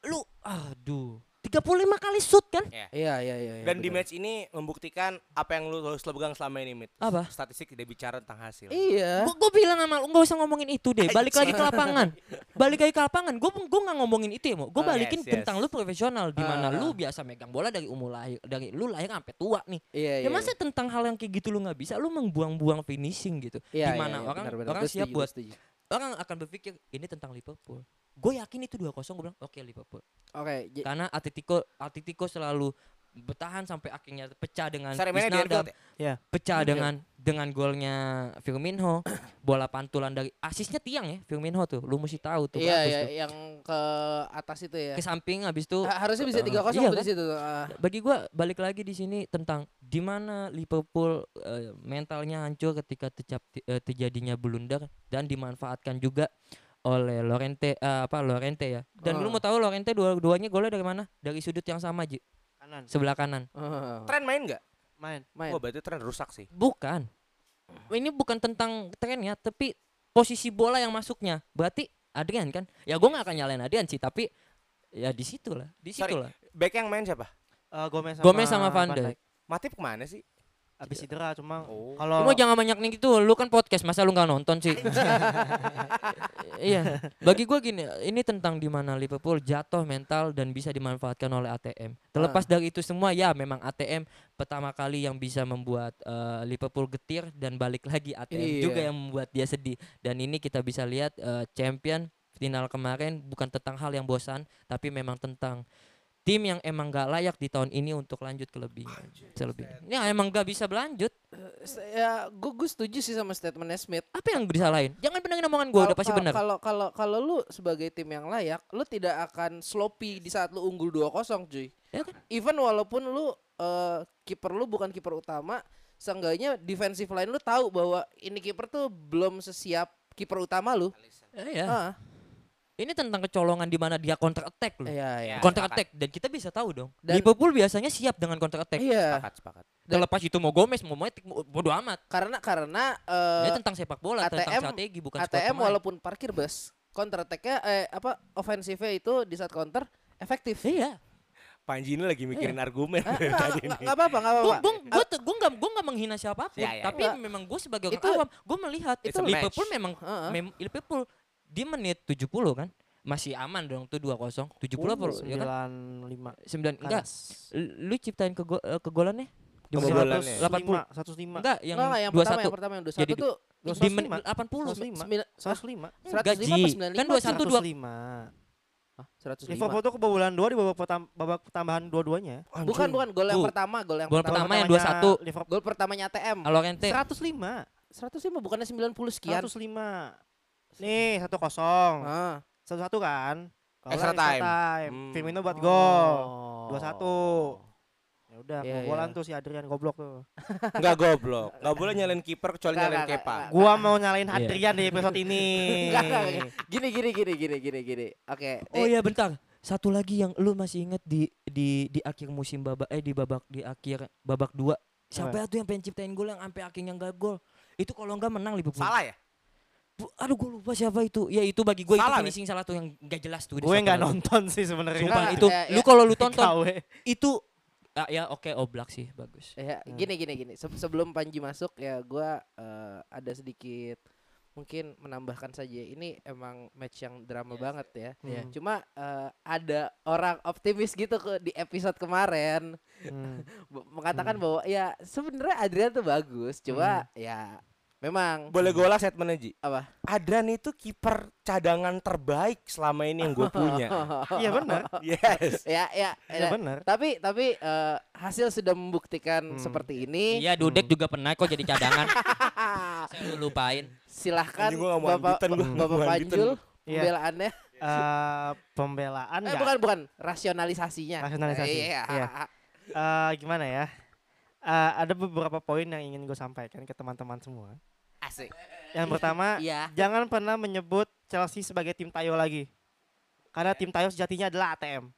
Lu aduh. 35 kali shoot kan?
Iya, iya, iya. iya,
Dan di
benar.
match ini membuktikan apa yang lu harus lo pegang selama ini, Mit.
Apa?
Statistik tidak bicara tentang hasil.
gitu.
Iya.
Gue bilang sama lu nggak usah ngomongin itu deh. Balik lagi ke lapangan. Balik lagi ke lapangan. Gue gue nggak ngomongin itu ya, mau. Gue
Oh, yes,
balikin
yes.
tentang lu profesional di mana
Ah.
lu biasa megang bola dari umur lahir dari lu lahir sampai tua nih.
Iya, iya.
Ya masa tentang hal yang kayak gitu lu nggak bisa, lu membuang-buang finishing gitu.
Iya,
di
iya,
mana
iya,
orang
benar, benar.
orang
Gue
siap
setuju, gue
buat
setuju.
orang akan berpikir ini tentang Liverpool. Gue yakin itu 2-0 gue bilang oke Liverpool.
Oke, j-
Karena Atletico Atletico selalu bertahan sampai akhirnya pecah dengan
Sorry, mainnya di
Wijnaldum,
Anfield ya?
pecah
Anfield.
dengan dengan golnya Firmino, bola pantulan dari asisnya tiang ya Firmino tuh, lu mesti tahu tuh
iya,
bagus
iya,
tuh.
yang ke atas itu ya.
Ke samping habis itu
Ha- harusnya bisa
eh,
3-0
iya
tuh
kan?
di situ. tuh. Ah,
bagi gua balik lagi di sini tentang di mana Liverpool eh, mentalnya hancur ketika tercap- eh, terjadinya blunder dan dimanfaatkan juga oleh Lorente eh, apa Lorente ya. Dan lu
Ah.
mau tahu Lorente dua-duanya golnya dari mana? Dari sudut yang sama, Ji.
Kanan.
Sebelah kanan.
ah,
Tren main nggak?
Main.
Main.
Wah, berarti tren rusak sih.
Bukan. Ini bukan tentang trennya, tapi posisi bola yang masuknya. Berarti Adrian kan? Ya gua nggak akan nyalain Adrian sih, tapi ya di situlah, di
Sorry.
situlah.
Back yang main siapa?
Eh, Gomez sama
Gomez sama Van Dijk.
Matip kemana sih?
Eh.
Abis cedera cuma
Oh.
kalau
Lu mah jangan banyak nih gitu, lu kan podcast, masa lu nggak nonton sih? iya, bagi gua gini, ini tentang di mana Liverpool jatuh mental dan bisa dimanfaatkan oleh ATM. Terlepas dari itu semua, ya memang ATM pertama kali yang bisa membuat eh, Liverpool getir dan balik lagi ATM juga
Iya.
yang membuat dia sedih. Dan ini kita bisa lihat eh, champion final kemarin bukan tentang hal yang bosan, tapi memang tentang tim yang emang gak layak di tahun ini untuk lanjut ke lebih selebihnya. Ini emang gak bisa berlanjut
Se- Ya, gue gue setuju sih sama statementnya Smith.
apa yang disalahin? Jangan pendengar omongan gue, udah
Kalau-
pasti
kalau-
benar.
Kalau kalau kalau lu sebagai tim yang layak, lu tidak akan sloppy di saat lu unggul 2-0, cuy.
Ya kan?
Even walaupun lu eh, kiper lu bukan kiper utama, seenggaknya defensive line lu tahu bahwa ini kiper tuh belum sesiap kiper utama lu.
Eh, ya.
Ah,
Ini tentang kecolongan di mana dia counter attack loh.
iya iya.
Ya,
Counter
sepakat.
attack dan kita bisa tahu dong.
Dan-
Liverpool biasanya siap dengan counter attack.
Iya,
Sepakat, sepakat.
Terlepas itu mau Gomez, mau Matic, mau bodo amat.
karena karena
Ini
eh,
tentang sepak bola, tentang
ATM
strategi bukan squad
ATM
pemain.
walaupun parkir bus, counter attack-nya eh apa offensive-nya itu di saat counter efektif.
Iya.
Panji ini lagi mikirin argumen
Ah,
dari
nggak-
tadi
nggak
nih.
nggak apa-apa, nggak
Gue
apa-apa.
gue gue nggak gue nggak menghina siapapun,
Ya, ya,
tapi
ya.
memang gue sebagai orang
Itu-
awam gue melihat
It's
itu
a match.
Liverpool memang
Heeh.
mem- Liverpool di menit 70 kan masih aman dong tuh 2-0 70 apa
Uh,
ya kan
95.
Kan.
9 enggak
Kanas.
lu ciptain ke go, eh, kegolannya
Jumlah
Kegolan.
bolannya.
105, 105.
Enggak, yang,
Nggak, nggak, yang pertama,
21.
yang pertama yang 21
Jadi-
tuh
di menit
105.
80.
105.
sembilan- hah?
105.
105
Enggak,
apa
Ji. Kan
95?
21 dua-
105.
Hah, 105.
Liverpool tuh kebobolan 2 di babak, pertam- babak tambahan dua-duanya.
Bukan, bukan gol yang
Tuh.
pertama, gol yang
Gol
pertama.
pertama yang
pertamanya
21.
Liverpool
Gol pertamanya ATM.
Alorente.
105.
105 bukannya 90 sekian.
105. Nih, 1-0.
Ah,
1-1 kan? Kalau
Extra
extra
time. Hmm.
Firmino buat
Oh.
gol. 2-1. Ya udah,
Iya,
kebobolan
iya.
tuh si Adrian goblok tuh.
Enggak goblok. Enggak boleh nyalain kiper kecuali
eh. Nggak,
nyalain
nggak,
Kepa.
nggak,
Gua mau nyalain
Iya.
Adrian di episode ini.
Nggak, nggak, nggak. Gini gini gini gini gini gini. Oke.
Oh
nih,
iya bentar. Satu lagi yang lu masih ingat di di di akhir musim babak eh di babak di akhir babak 2. Siapa tuh yang pengen ciptain gol yang sampai akhirnya enggak gol? Itu kalau enggak menang Liverpool.
Salah ya?
Bu- Aduh gue lupa siapa itu. Ya itu bagi gue itu
Salah,
finishing salah tuh yang enggak jelas tuh. di
Gue
satu
nggak
lagu.
nonton sih sebenarnya.
Sumpah
Nggak,
itu
ya,
lu
ya.
kalau lu tonton
Kawe.
itu ah, ya oke oblak sih bagus.
Hmm.
Ya, gini gini gini. Se- sebelum Panji masuk ya gua eh, ada eh, sedikit mungkin menambahkan saja ini emang match yang drama banget ya.
Iya.
Hmm.
Cuma eh, ada orang optimis gitu ke di episode kemarin
Hmm. Hmm.
b- mengatakan bahwa ya sebenarnya Adrian tuh bagus, cuma ya memang
Boleh gue ulang statementnya Ji
apa?
Adran itu kiper cadangan terbaik selama ini yang gue punya
Iya benar.
Yes
ya ya, ya.
Iya benar.
Tapi tapi eh, hasil sudah membuktikan
Ya.
Hmm.
seperti ini. Ah,
Iya, Dudek juga pernah kok jadi cadangan. Saya lu lupain.
Silahkan
Anjing, gua nggak mau
Bapak
ambitan, gua nggak
Bapak
mau ambitan.
Panjul
Iya.
pembelaannya.
Eh, pembelaan
Eh
nggak?
bukan bukan rasionalisasinya.
Rasionalisasi,
Iya.
iya. Eh, gimana ya? Eh, ada beberapa poin yang ingin gue sampaikan ke teman-teman semua.
Asik.
Yang pertama,
Iya.
jangan pernah menyebut Chelsea sebagai tim Tayo lagi. Karena tim Tayo sejatinya adalah ATM.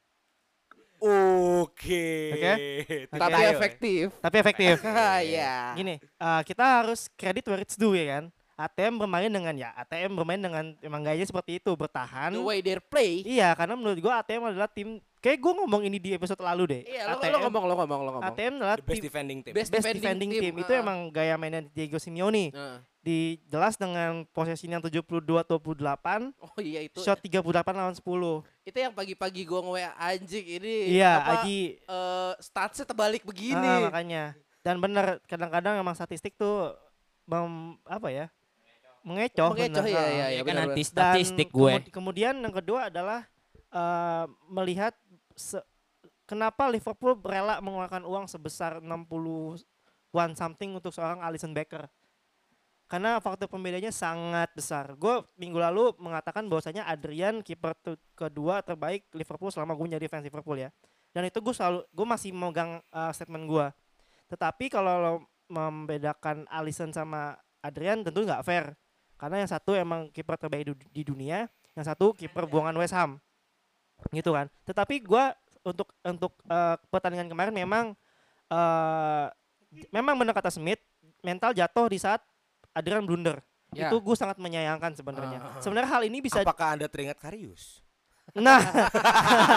Oke
Oke.
Tapi
Tayo, ya.
efektif.
Tapi efektif.
Iya.
Gini, eh, kita harus credit where it's due ya kan. ATM bermain dengan ya ATM bermain dengan emang gayanya seperti itu bertahan.
The way they play.
Iya, karena menurut gua ATM adalah tim kayak gua ngomong ini di episode lalu deh.
Iya, lo,
ATM,
lo ngomong lo ngomong lo ngomong.
ATM adalah
The best
tim-
defending team
best, defending, team, itu
ah.
emang gaya mainnya Diego Simeone.
Nah.
Di jelas dengan posisinya 72-28,
Oh iya itu.
shot 38 lawan 10.
Itu yang pagi-pagi gua nge-WA anjing ini.
Iya,
apa,
Aji.
eh, statsnya terbalik begini.
Ah, makanya. Dan benar kadang-kadang emang statistik tuh mem, apa ya? Mengecoh.
Mengecoh,
bener,
iya,
ah.
iya,
Ya
iya.
kan
benar,
anti
Dan
statistik gue.
kemud- kemudian yang kedua adalah eh, melihat se- kenapa Liverpool rela mengeluarkan uang sebesar 60 one something untuk seorang Alisson Becker. Karena faktor pembedanya sangat besar. Gue minggu lalu mengatakan bahwasanya Adrian kiper tu- kedua terbaik Liverpool selama gue jadi fans Liverpool ya. Dan itu gue selalu gue masih memegang eh, statement gue. Tetapi kalau lo membedakan Alisson sama Adrian tentu nggak fair. Karena yang satu emang kiper terbaik du- di dunia, yang satu
Iya.
kiper buangan West Ham. Gitu kan. Tetapi gua untuk untuk eh, pertandingan kemarin memang eh memang benar kata Smith, mental jatuh di saat Adrian blunder.
Ya.
Itu gue sangat menyayangkan sebenarnya.
Ah.
Sebenarnya hal ini bisa
Apakah anda teringat Karius?
Nah,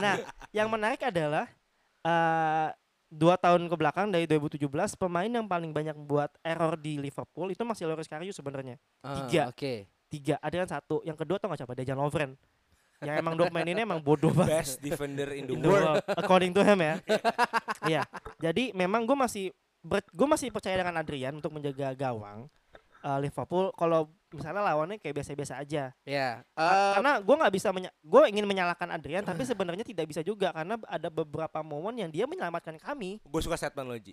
nah, yang menarik adalah eh dua tahun ke belakang dari 2017 pemain yang paling banyak buat error di Liverpool itu masih Loris Karius sebenarnya.
Ah,
tiga.
Oke.
Tiga, ada yang satu. Yang kedua tau gak siapa? Dejan Lovren. Yang emang dua pemain ini emang bodoh banget.
Best defender in the
In the
world
world, according to him ya. Iya. Jadi memang gue masih gue masih percaya dengan Adrian untuk menjaga gawang eh, Liverpool kalau misalnya lawannya kayak biasa-biasa aja.
Ya.
Ka-
Eh,
Ah, karena gue nggak bisa gue ingin menyalahkan Adrian tapi sebenarnya tidak bisa juga karena b- ada beberapa momen yang dia menyelamatkan kami
Gue suka statement lo Ji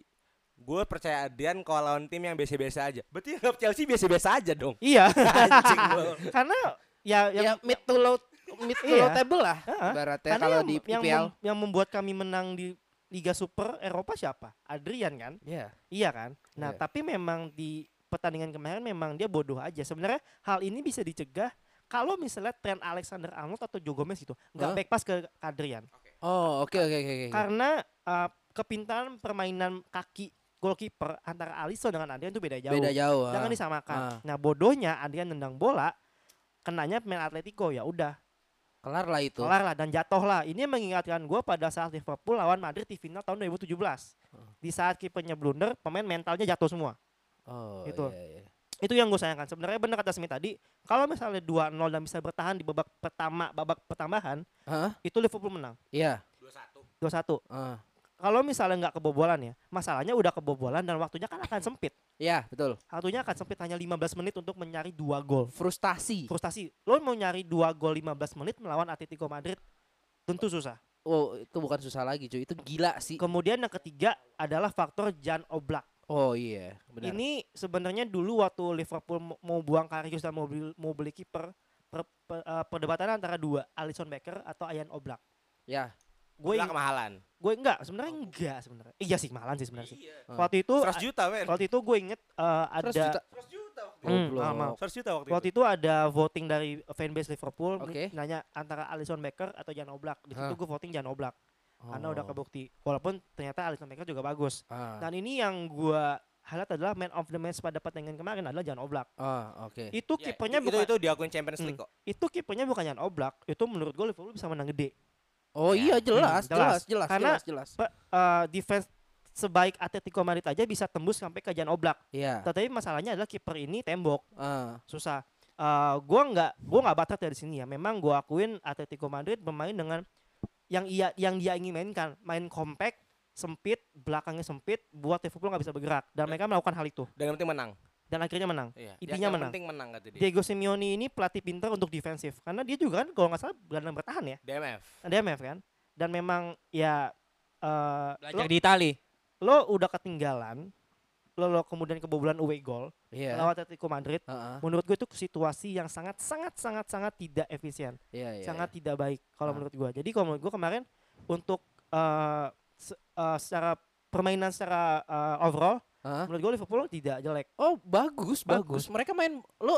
Gue percaya Adrian kalau lawan tim yang biasa-biasa aja Berarti anggap Chelsea biasa-biasa aja dong
iya
Anjing lo
karena ya yang
ya mid to low mid to
Iya.
low table lah.
Heeh.
Ibaratnya
karena
ya kalau
yang,
di
yang,
PPL.
mem- yang membuat kami menang di Liga Super Eropa siapa Adrian kan
Iya.
iya kan nah
Iya.
tapi memang di pertandingan kemarin memang dia bodoh aja sebenarnya hal ini bisa dicegah kalau misalnya tren Alexander Arnold atau Joe Gomez itu nggak
Hah?
back pass ke Adrian
Oh, oke oke oke oke.
karena uh, kepintaran permainan kaki goalkeeper antara Alisson dengan Adrian itu beda jauh.
Beda jauh. ah.
Jangan disamakan.
Ah.
Nah, bodohnya Adrian nendang bola kenanya pemain Atletico ya udah
Kelar lah itu.
kelar lah dan jatuh lah. Ini mengingatkan gue pada saat Liverpool lawan Madrid di final tahun 2017.
Ah.
Di saat kipernya blunder, pemain mentalnya jatuh semua.
Oh,
Gitu.
iya, iya.
Itu yang gue sayangkan. Sebenarnya benar kata Smith tadi, kalau misalnya 2-0 dan bisa bertahan di babak pertama, babak pertambahan,
Hah?
itu Liverpool menang
Iya.
2-1.
ah.
Kalau misalnya nggak kebobolan ya, masalahnya udah kebobolan dan waktunya kan akan sempit.
Iya, betul.
Artinya akan sempit hanya 15 menit untuk mencari dua gol.
Frustasi.
Frustasi. Lo mau nyari dua gol 15 menit melawan Atletico Madrid tentu susah.
Oh, itu bukan susah lagi, cuy. Itu gila sih.
Kemudian yang ketiga adalah faktor Jan Oblak.
Oh iya, benar.
Ini sebenarnya dulu waktu Liverpool mo- mau buang Karius dan mau beli, mau beli kiper per- per- eh, perdebatan antara dua Alisson Becker atau Ian Oblak.
ya.
Gue
Lah kemahalan
gue enggak sebenarnya enggak sebenarnya. Iya sih malan sih sebenarnya. sih. Waktu itu
100 juta men
waktu itu gue inget eh, ada
100 juta.
Hmm,
Goblok.
mahal-mahal.
100 juta waktu,
Waktu itu ada voting dari fanbase Liverpool
Oke.
n- nanya antara Alisson Becker atau Jan Oblak. Di situ
Hah.
gue voting Jan Oblak karena udah Nah,
Oh.
kebukti. Walaupun ternyata Alisson Becker juga bagus.
Ah,
Dan ini yang gue highlight adalah man of the match pada pertandingan kemarin adalah Jan Oblak.
ah, oke.
Itu
Ya,
kipernya
itu,
bukan itu,
itu diakuin Champions
Hmm.
League kok
kipernya bukan Jan Oblak. Itu menurut gue Liverpool bisa menang gede.
Oh iya, jelas,
jelas.
jelas, jelas,
Karena-
jelas, jelas.
Pe- eh, defense sebaik Atletico Madrid aja bisa tembus sampai ke Jan Oblak.
Iya.
Tetapi masalahnya adalah kiper ini tembok
Ah,
susah. Eh gua nggak gua nggak batat dari sini ya. Memang gua akuin Atletico Madrid bermain dengan yang ia yang dia ingin mainkan, main compact, sempit, belakangnya sempit, buat Liverpool nggak bisa bergerak. Dan mereka melakukan hal itu
Dan yang penting menang.
dan akhirnya menang.
Iya.
Intinya
yang
menang.
penting menang kata dia.
Diego Simeone ini pelatih pintar untuk defensif karena dia juga kan kalau nggak salah gelandang bertahan ya,
DMF.
DMF kan. Dan memang ya eh, lo,
Belajar di Itali.
lo udah ketinggalan, lo, lo kemudian kebobolan away goal
Iya.
lawan Atletico Madrid.
Ah, ah.
Menurut gue itu situasi yang sangat sangat sangat sangat tidak efisien.
Iya, iya,
sangat tidak baik kalau
Ah.
menurut gua. Jadi kalau menurut gua kemarin untuk eh, se- eh, secara permainan secara eh, overall
iya. Ah.
menurut gua Liverpool tidak jelek.
Oh bagus, bagus. Mereka main lo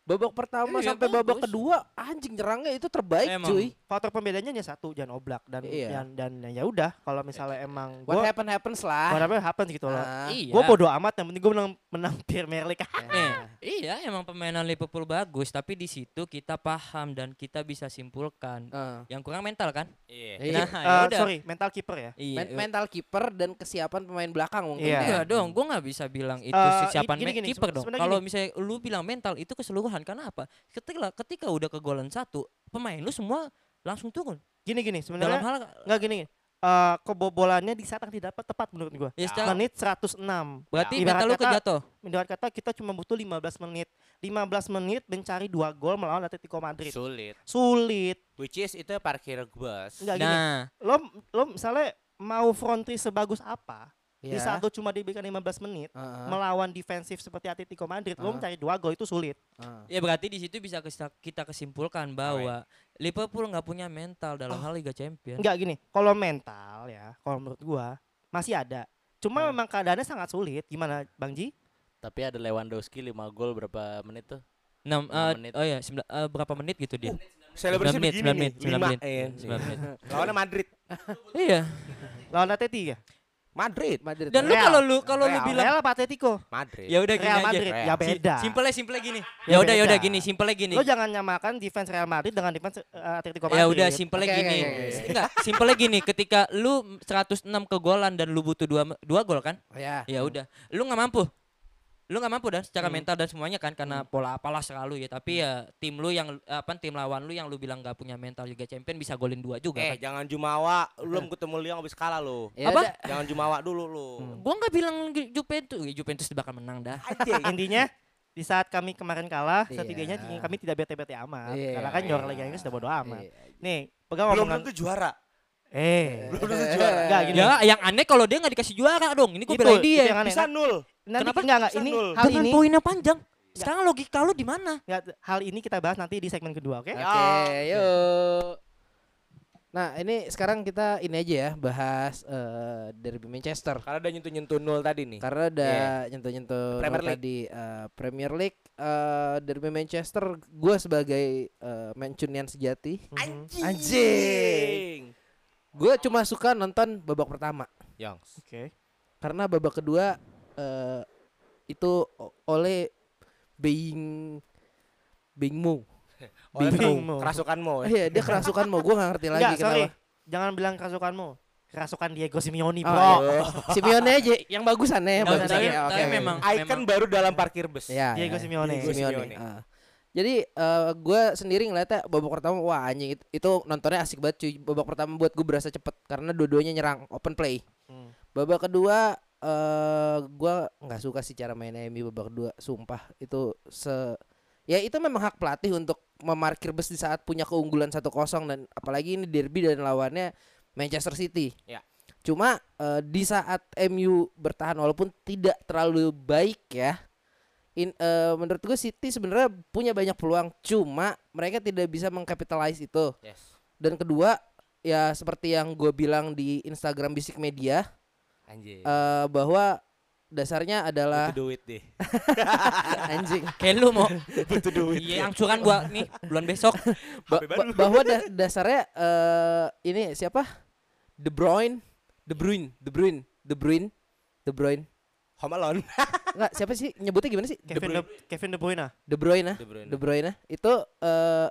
babak pertama
Iya,
sampai babak
bagus.
kedua anjing nyerangnya itu terbaik
Emang.
cuy.
Faktor pembedanya hanya satu Jan Oblak dan
Iya.
dan dan ya udah kalau misalnya emang
What
gua
happen happens lah.
whatever happens gitu loh.
Ah,
Iya.
Gua bodo amat yang penting gua menang menang Premier League.
Nih, iya emang pemainan Liverpool bagus, tapi di situ kita paham dan kita bisa simpulkan
ah.
yang kurang mental kan?
Iya.
Iya.
Nah,
Eh,
yaudah.
sorry, mental kiper ya.
Iya.
Men- mental kiper dan kesiapan pemain belakang mungkin.
Iya.
ya.
Iya dong, gue nggak bisa bilang itu
Eh,
kesiapan
gini-
main
gini,
kiper
seben-
dong.
sebenarnya
Kalau
gini.
misalnya lu bilang mental itu keseluruhan karena apa? Ketika ketika udah kegolan satu, pemain lu semua langsung turun.
Gini gini
Dalam
sebenarnya
hal ya
nggak gini. gini. Eh, kebobolannya di saat yang tidak tepat menurut gua.
ya secara-
Menit 106.
berarti
ibarat
mental lu
Ya, kata-
kejatuh.
Menurut kata kita cuma butuh 15 menit. 15 menit mencari dua gol melawan Atletico Madrid.
Sulit.
Sulit.
Which is itu parkir bus.
Enggak gini.
Nah,
Lo lo misalnya mau front three sebagus apa? Di
Ya.
Iya.
saat lo cuma diberikan 15 menit
Ah, ah,
melawan defensif seperti Atletico Madrid, lo
Ah.
mencari dua gol itu sulit.
ah.
ya berarti di situ bisa kesa- kita kesimpulkan bahwa Liverpool nggak punya mental
Oh.
dalam hal Liga Champions.
Enggak gini. Kalau mental ya, kalau menurut gua masih ada. Cuma memang keadaannya sangat sulit. Gimana Bang Ji?
Tapi ada Lewandowski 5 gol berapa menit tuh?
Enam,
Enam
eh,
menit.
oh ya, sembla- eh, berapa menit gitu dia?
Selebrasi begini
menit, sembilan
nih.
menit, sembilan
lima,
menit.
iya.
Sembilan menit.
Lawannya Madrid.
Iya.
Lawan Atletico ya?
Madrid.
Madrid.
Dan lu
Real.
kalau lu kalau lu
Real.
bilang
Real apa Atletico?
Madrid.
ya udah gini
Real
aja.
Madrid.
Real.
Ya
Si-
beda.
Simpelnya simpelnya gini.
Ya
Ya udah ya udah
beda.
gini, simpelnya gini.
Lo jangan nyamakan defense Real Madrid dengan defense eh, Atletico Madrid.
Ya udah simpelnya
Oke, oke,
gini.
oke, oke.
Enggak, simpelnya gini ketika lu 106 kegolan dan lu butuh 2 2 gol kan?
Ya.
Ya udah. Lu nggak mampu. Lu nggak mampu dan secara mental dan semuanya kan karena pola apalah selalu ya, tapi ya tim lu yang apa tim lawan lu yang lu bilang nggak punya mental Liga Champion bisa golin 2 juga
Eh
kan.
jangan Jumawa, lu belum ketemu Lyon habis kalah lu.
Ya
Apa?
udah.
Jangan Jumawa dulu lu.
Gua nggak bilang Juventus, Ya, Juventus bakal menang dah.
Anjing. Intinya di saat kami kemarin kalah,
Iya.
setidaknya kami tidak bete-bete amat.
Iya.
Karena kan juara Liga Inggris sudah bodo amat.
Iya.
Nih, pegang
Belum
omongan.
tentu juara.
Eh,
Belum tentu juara.
enggak gini.
Ya, yang aneh kalau dia nggak dikasih juara dong. Ini gua
Iya. Itu,
belain
itu
dia.
yang aneh.
Bisa nul.
gitu. Nanti
Kenapa?
enggak enggak
Bisa
ini
nul.
hal
Dengan
ini
poinnya panjang. Sekarang logika lu di mana?
enggak, hal ini kita bahas nanti di segmen kedua, oke?
Oke, yuk. Nah, ini sekarang kita ini aja ya bahas eh, derby Manchester.
Karena udah nyentuh-nyentuh nul tadi nih.
Karena udah
Iya.
nyentuh-nyentuh
Premier
Premier
League.
tadi eh, Premier League eh, derby Manchester gue sebagai eh, Mancunian sejati
Mhm.
Anjing. gue cuma suka nonton babak pertama
Yongs.
Oke.
karena babak kedua eh, itu o- oleh being bingmu
Bingmu.
Kerasukanmu. ya.
iya dia kerasukan mau gue nggak ngerti lagi
Enggak, sorry.
kenapa
Jangan bilang kerasukanmu. Kerasukan Diego Simeone,
Oh,
Bro.
aduh. Simeone aja yang ya, bagusannya
Nggak,
bagusannya
tapi-
oke
tapi
oke.
memang-
Icon baru dalam parkir bus.
Iya,
Diego
iya.
Simeone.
Diego
Simeone.
Simeone.
ah. Jadi eh, gue sendiri ngeliatnya babak pertama wah anjing itu, itu nontonnya asik banget cuy. Babak pertama buat gue berasa cepet karena dua-duanya nyerang open play.
Hmm.
Babak kedua eh gue nggak suka sih cara main MU babak kedua sumpah itu se ya itu memang hak pelatih untuk memarkir bus di saat punya keunggulan 1-0 dan apalagi ini derby dan lawannya Manchester City.
Ya.
Cuma eh, di saat MU bertahan walaupun tidak terlalu baik ya in, eh, menurut gue City sebenarnya punya banyak peluang cuma mereka tidak bisa mengcapitalize itu
Yes.
dan kedua ya seperti yang gue bilang di Instagram Bisik Media
Iya.
Anjing.
eh, bahwa dasarnya adalah
Butuh duit deh.
anjing
Kayak lu mau
Butuh duit.
Iya, angsuran gua nih bulan besok.
Ba-
HP
ba-
baru.
bahwa da- dasarnya eh, ini siapa De Bruyne De Bruyne De Bruyne De Bruyne De Bruyne
Home Alone.
Nggak, siapa sih nyebutnya gimana sih
Kevin De, Kevin De Bruyne.
De Bruyne ah.
De Bruyne.
De Bruyne itu eh,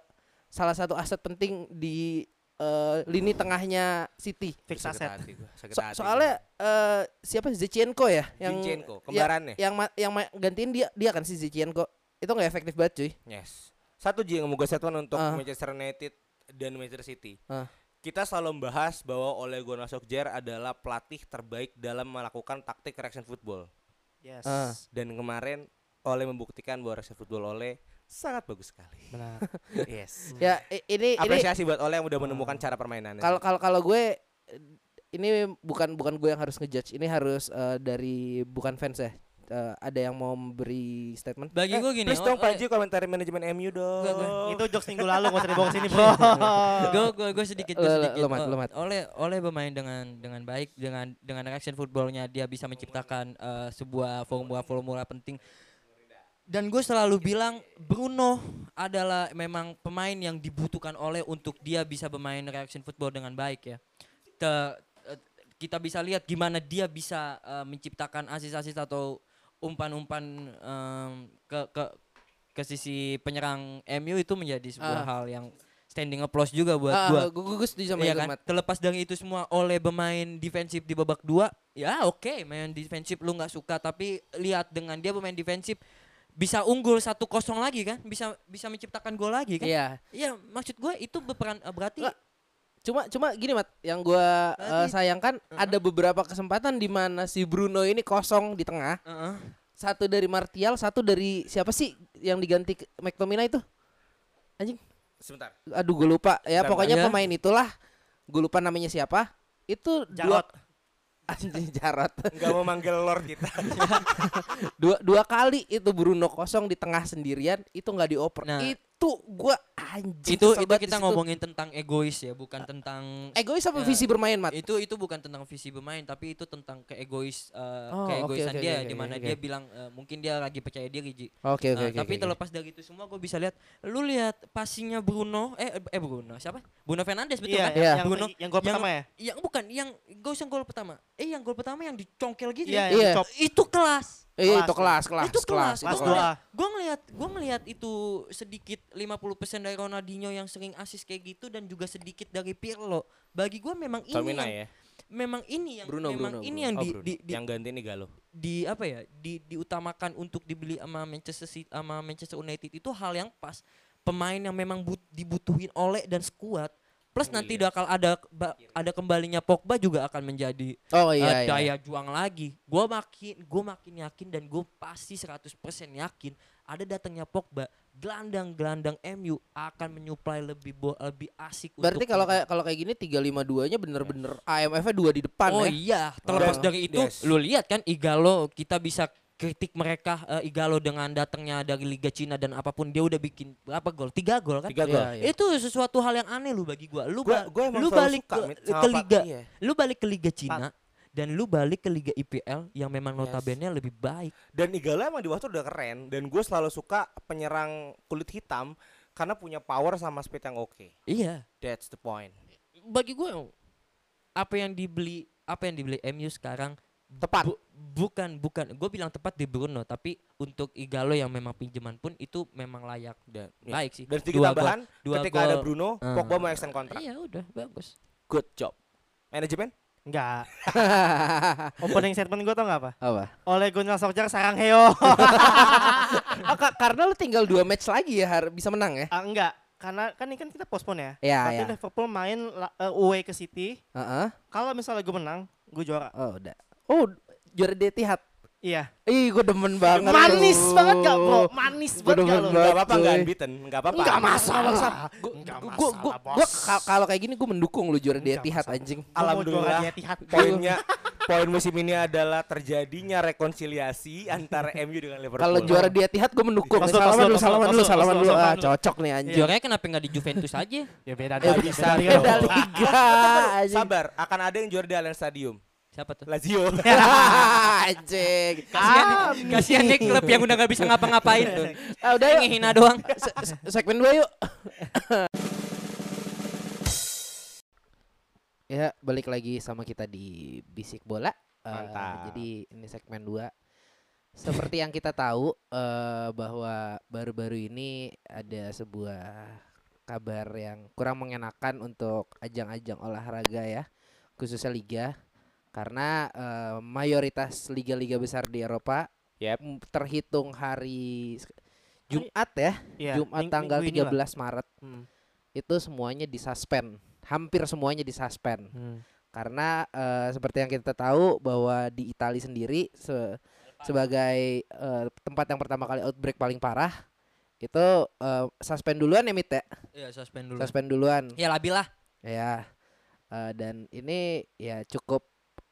salah satu aset penting di eh, lini tengahnya City.
fix aset.
hati gua, sakit
So-
hati
soalnya
gua.
eh, siapa Zinchenko ya yang
Zinchenko,
ya-
kembarannya.
yang ma- yang ma- gantiin dia dia kan si Zinchenko. Itu nggak efektif banget cuy.
Yes. Satu Ji yang mau gue setman untuk
Ah.
Manchester United dan Manchester City.
Ah.
Kita selalu membahas bahwa Ole Gunnar Solskjaer adalah pelatih terbaik dalam melakukan taktik reaction football.
Yes.
Ah.
Dan kemarin Ole membuktikan bahwa reaction football Ole sangat bagus sekali.
Benar.
Yes.
Ya i- ini ini
Apresiasi buat Ole yang udah menemukan
Oh.
cara permainannya.
kalau kalau kalau gue eh, ini bukan bukan gue yang harus ngejudge ini harus eh, dari bukan fans ya Eh, ada yang mau memberi statement
Bagi
Eh,
gue gini, oh,
please
iya.
dong Panji komentari manajemen MU dong.
Enggak, gue-
Itu jokes minggu lalu gak usah dibawa ke sini, Bro.
gue gue gue sedikit gue
Lo- lo-
sedikit
lo mat,
Oh,
lo mat.
oleh oleh bermain dengan dengan baik dengan dengan action footballnya dia bisa menciptakan eh, sebuah formula formula penting dan gue selalu bilang Bruno adalah memang pemain yang dibutuhkan oleh untuk dia bisa bermain reaction football dengan baik ya Te- eh, kita bisa lihat gimana dia bisa eh, menciptakan asis-asis atau umpan-umpan em, ke ke ke sisi penyerang MU itu menjadi sebuah
Ah.
hal yang standing applause juga buat
Ah,
gua.
gue gue setuju sama
Iya
itu,
kan?
Mat.
Terlepas dari itu semua oleh pemain defensif di babak dua, ya oke main defensif lu nggak suka tapi lihat dengan dia pemain defensif bisa unggul 1-0 lagi kan, bisa bisa menciptakan gol lagi kan. Iya,
Iya.
maksud gue itu berperan eh, berarti
Lah, Cuma cuma gini mat, yang gua eh,
Tadi-
sayangkan ada beberapa kesempatan di mana si Bruno ini kosong di tengah.
Heeh.
Satu dari Martial, satu dari siapa sih yang diganti ke- McTominay itu? Anjing,
Sebentar.
aduh gue lupa. Ya
Bentar,
pokoknya
Mbak.
pemain itulah. Gue lupa namanya siapa. Itu dua
Jarot.
anjing Jarot.
Enggak mau manggil Lord kita.
Dua dua kali itu Bruno kosong di tengah sendirian, itu nggak dioper.
Nah.
itu gua anjing.
itu
kesel
itu
banget di
kita
situ.
ngomongin tentang egois
Eh,
ya, bukan tentang
egois apa
Ya.
visi bermain, Mat?
itu itu bukan tentang visi pemain tapi itu tentang keegois eh,
Oh, oke, oke,
keegoisan dia
oke,
di mana
oke,
dia
oke.
bilang eh, mungkin dia lagi percaya diri Ji.
Oke,
Nah, tapi terlepas dari itu semua gue bisa lihat lu lihat passingnya Bruno eh eh Bruno siapa Bruno Fernandes betul
Iya,
kan
Iya.
yang
Bruno
yang gua
yang-
pertama ya.
yang bukan yang gue yang gol pertama eh yang gol pertama yang dicongkel gitu
Iya,
ya.
yang
Iya.
dicop.
itu kelas
Iya
Kelas
itu
tuh.
kelas, kelas,
itu kelas,
itu
kelas
Gua
dua.
ngeliat- gua ngeliat gua ngeliat itu sedikit 50% dari Ronaldinho yang sering asis kayak gitu dan juga sedikit dari Pirlo bagi gua memang ini
Tomina
yang-
ya.
memang ini yang
Bruno, Bruno,
memang ini
Bruno.
yang
Oh,
di,
Bruno.
di, di-
yang ganti nih Galo.
di apa ya di diutamakan untuk dibeli sama Manchester City sama Manchester United itu hal yang pas pemain yang memang but- dibutuhin oleh dan skuad plus nanti bakal ada ba- ada kembalinya Pogba juga akan menjadi
Oh
eh,
iya, iya.
daya juang lagi gue makin gue makin yakin dan gue pasti 100% yakin ada datangnya Pogba gelandang-gelandang MU akan menyuplai lebih bo- lebih asik
Berarti
untuk
kalau
pemain.
kayak kalau kayak gini 352-nya bener-bener AMF-nya dua di depan
oh
ya.
iya, terlepas
Dan-
dari itu
Yes.
lu lihat kan Igalo kita bisa kritik mereka eh, Igalo dengan datangnya dari Liga Cina dan apapun dia udah bikin berapa gol? Tiga gol kan?
Tiga
Iya,
gol.
iya.
Itu sesuatu hal yang aneh lu bagi gua. Lu
Gua-
ba-
gua emang
lu
selalu
balik
suka, Mit,
ke,
sama
ke
Pak-
liga
iya.
lu balik ke Liga Cina dan lu balik ke Liga IPL yang memang notabene lebih baik.
Dan Igalo emang di waktu udah keren dan gue selalu suka penyerang kulit hitam karena punya power sama speed yang oke.
Iya.
That's the point.
Bagi gua apa yang dibeli apa yang dibeli MU sekarang
Tepat.
Bu- bukan bukan gue bilang tepat di Bruno tapi untuk Igalo yang memang pinjaman pun itu memang layak
Dan, ya.
baik sih
dan sedikit
Dua
tambahan
gol- dua
ketika ada
gol.
Bruno,
Eh.
Pogba mau extend kontrak.
iya udah bagus
Good job. Manajemen?
Enggak. Opening statement gua tau gak apa?
Apa?
Oleh Gunnar Solskjaer sarang heo.
Ah, ka- karena lu tinggal dua match lagi ya har- bisa menang ya.
Ah, enggak, karena kan ini kan kita postpone ya.
Iya,
Tapi
iya.
Liverpool main la- eh, away ke City.
Heeh.
Kalau misalnya gue menang, gue juara.
Oh udah. Oh juara di Etihad.
Iya.
Ih, gue demen banget.
Manis
tuh.
banget gak bro? Manis
Gua
banget gak
demen
lo?
banget.
Gak apa-apa, gak
Cuy.
unbeaten. Gak apa-apa.
Enggak masalah. Enggak
Gua- Gua
masalah,
gua gua
bos.
ka- kalau kayak gini gue mendukung lu juara di Etihad anjing.
Alhamdulillah.
Gua mau juara di Etihad.
Poinnya poin musim ini adalah terjadinya rekonsiliasi antara MU dengan Liverpool.
Kalau juara di Etihad gue mendukung.
Pas lu, pas
salaman
lu,
dulu,
pas lu,
salaman
pas
dulu,
lu, pas
salaman
lu,
dulu.
pas
Ah,
lu.
cocok nih anjing.
juaranya kenapa nggak di Juventus aja
Ya beda
Gak
deh.
bisa.
Beda
Beda
dong.
liga anjing.
Sabar, akan ada yang juara di Allianz Stadium.
siapa tuh
Lazio.
anjing.
kasihan kasihan nih klub yang udah nggak bisa ngapa-ngapain tuh
Ah, udah yuk.
ngehina doang
Se- se- segmen dua yuk. ya, balik lagi sama kita di Bisik Bola. Eh,
Mantap.
jadi ini segmen dua. Seperti yang kita tahu eh, bahwa baru-baru ini ada sebuah kabar yang kurang mengenakan untuk ajang-ajang olahraga ya, khususnya liga. Karena eh, mayoritas liga-liga besar di Eropa
Yep.
m- terhitung hari s- Jumat ya,
Iya,
Jumat
ming-
tanggal
minggu ini lah.
13 Maret
Hmm.
itu semuanya disuspend. Hampir semuanya disuspend.
Hmm.
Karena eh, seperti yang kita tahu bahwa di Italia sendiri se- sebagai eh, tempat yang pertama kali outbreak paling parah itu eh, suspend duluan ya Mit ya?
Iya, suspend dulu.
Suspend duluan.
Ya labil lah.
Ya. Eh, dan ini ya cukup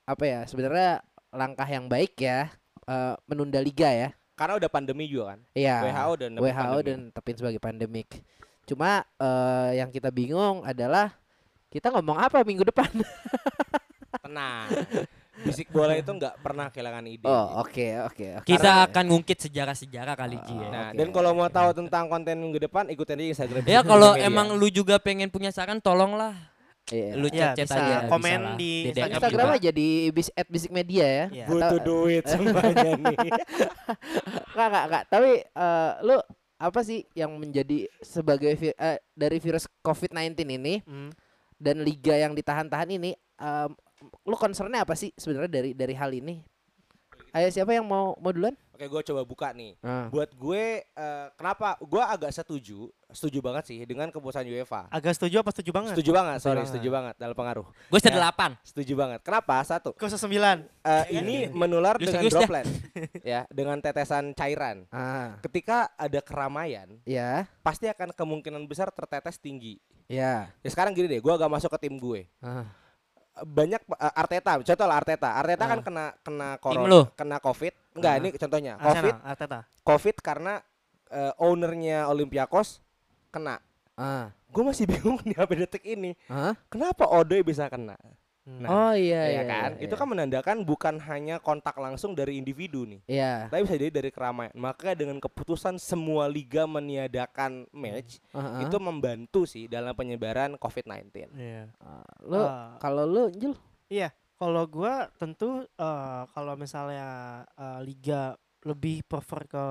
apa ya sebenarnya langkah yang baik ya eh, menunda liga ya.
Karena udah pandemi juga kan.
Iya.
WHO dan
WHO dan tepin sebagai pandemik. Cuma eh, yang kita bingung adalah kita ngomong apa minggu depan.
tenang. Bisik bola itu nggak pernah kehilangan ide.
oh, oke oke oke.
Kita akan ngungkit sejarah-sejarah kali Ji ya.
Nah,
oke,
dan kalau mau tahu tentang konten minggu depan ikutin aja Instagram.
Ya kalau
Media.
emang lu juga pengen punya saran tolonglah
Iya.
lu
Iya,
chat-chat
bisa.
aja bisa
Komen
lah.
di
Di DM
Instagram
juga.
aja di bis, at bisik media ya.
Iya.
butuh duit semuanya nih.
Enggak enggak enggak. Tapi eh, lu apa sih yang menjadi sebagai vi- eh, dari virus COVID-19 ini
Hmm.
dan liga yang ditahan-tahan ini em, lu concernnya apa sih sebenarnya dari dari hal ini? Ayo siapa yang mau mau duluan?
Oke, gue coba buka nih.
Ah.
Buat gue eh, kenapa gue agak setuju, setuju banget sih dengan keputusan UEFA.
Agak setuju apa Eh, setuju banget?
Setuju banget, sorry,
banget.
setuju banget dalam pengaruh.
Iya.
Gue
Ya.
sedelapan.
Setuju banget. Kenapa? Satu,
Kau sembilan.
eh, ini menular
Justru
dengan
Gus dah.
droplet, ya, dengan tetesan cairan.
Ah,
Ketika ada keramaian,
ya,
pasti akan kemungkinan besar tertetes tinggi.
Iya.
ya.
Ya sekarang gini deh, gue agak masuk ke tim gue.
Ah.
Banyak eh, Arteta, contoh lah Arteta. Arteta kan kena kena
lu?
corona, kena COVID. Enggak,
Ah.
ini contohnya. COVID,
Arsenal, Arteta.
COVID karena eh, ownernya Olympiakos kena.
Ah.
Gue masih bingung nih sampai detik ini.
Ah.
Hah?
Kenapa Odoi bisa kena?
Hmm.
Nah,
oh iya
ya
iya
kan?
iya,
Itu kan menandakan bukan hanya kontak langsung dari individu nih.
Iya.
Tapi bisa jadi dari keramaian. Maka dengan keputusan semua liga meniadakan match,
Heeh.
itu membantu sih dalam penyebaran COVID-19.
Iya.
Ah, lu
Ah.
kalau lu Jul
Kalau gua tentu eh, kalau misalnya eh, liga lebih prefer ke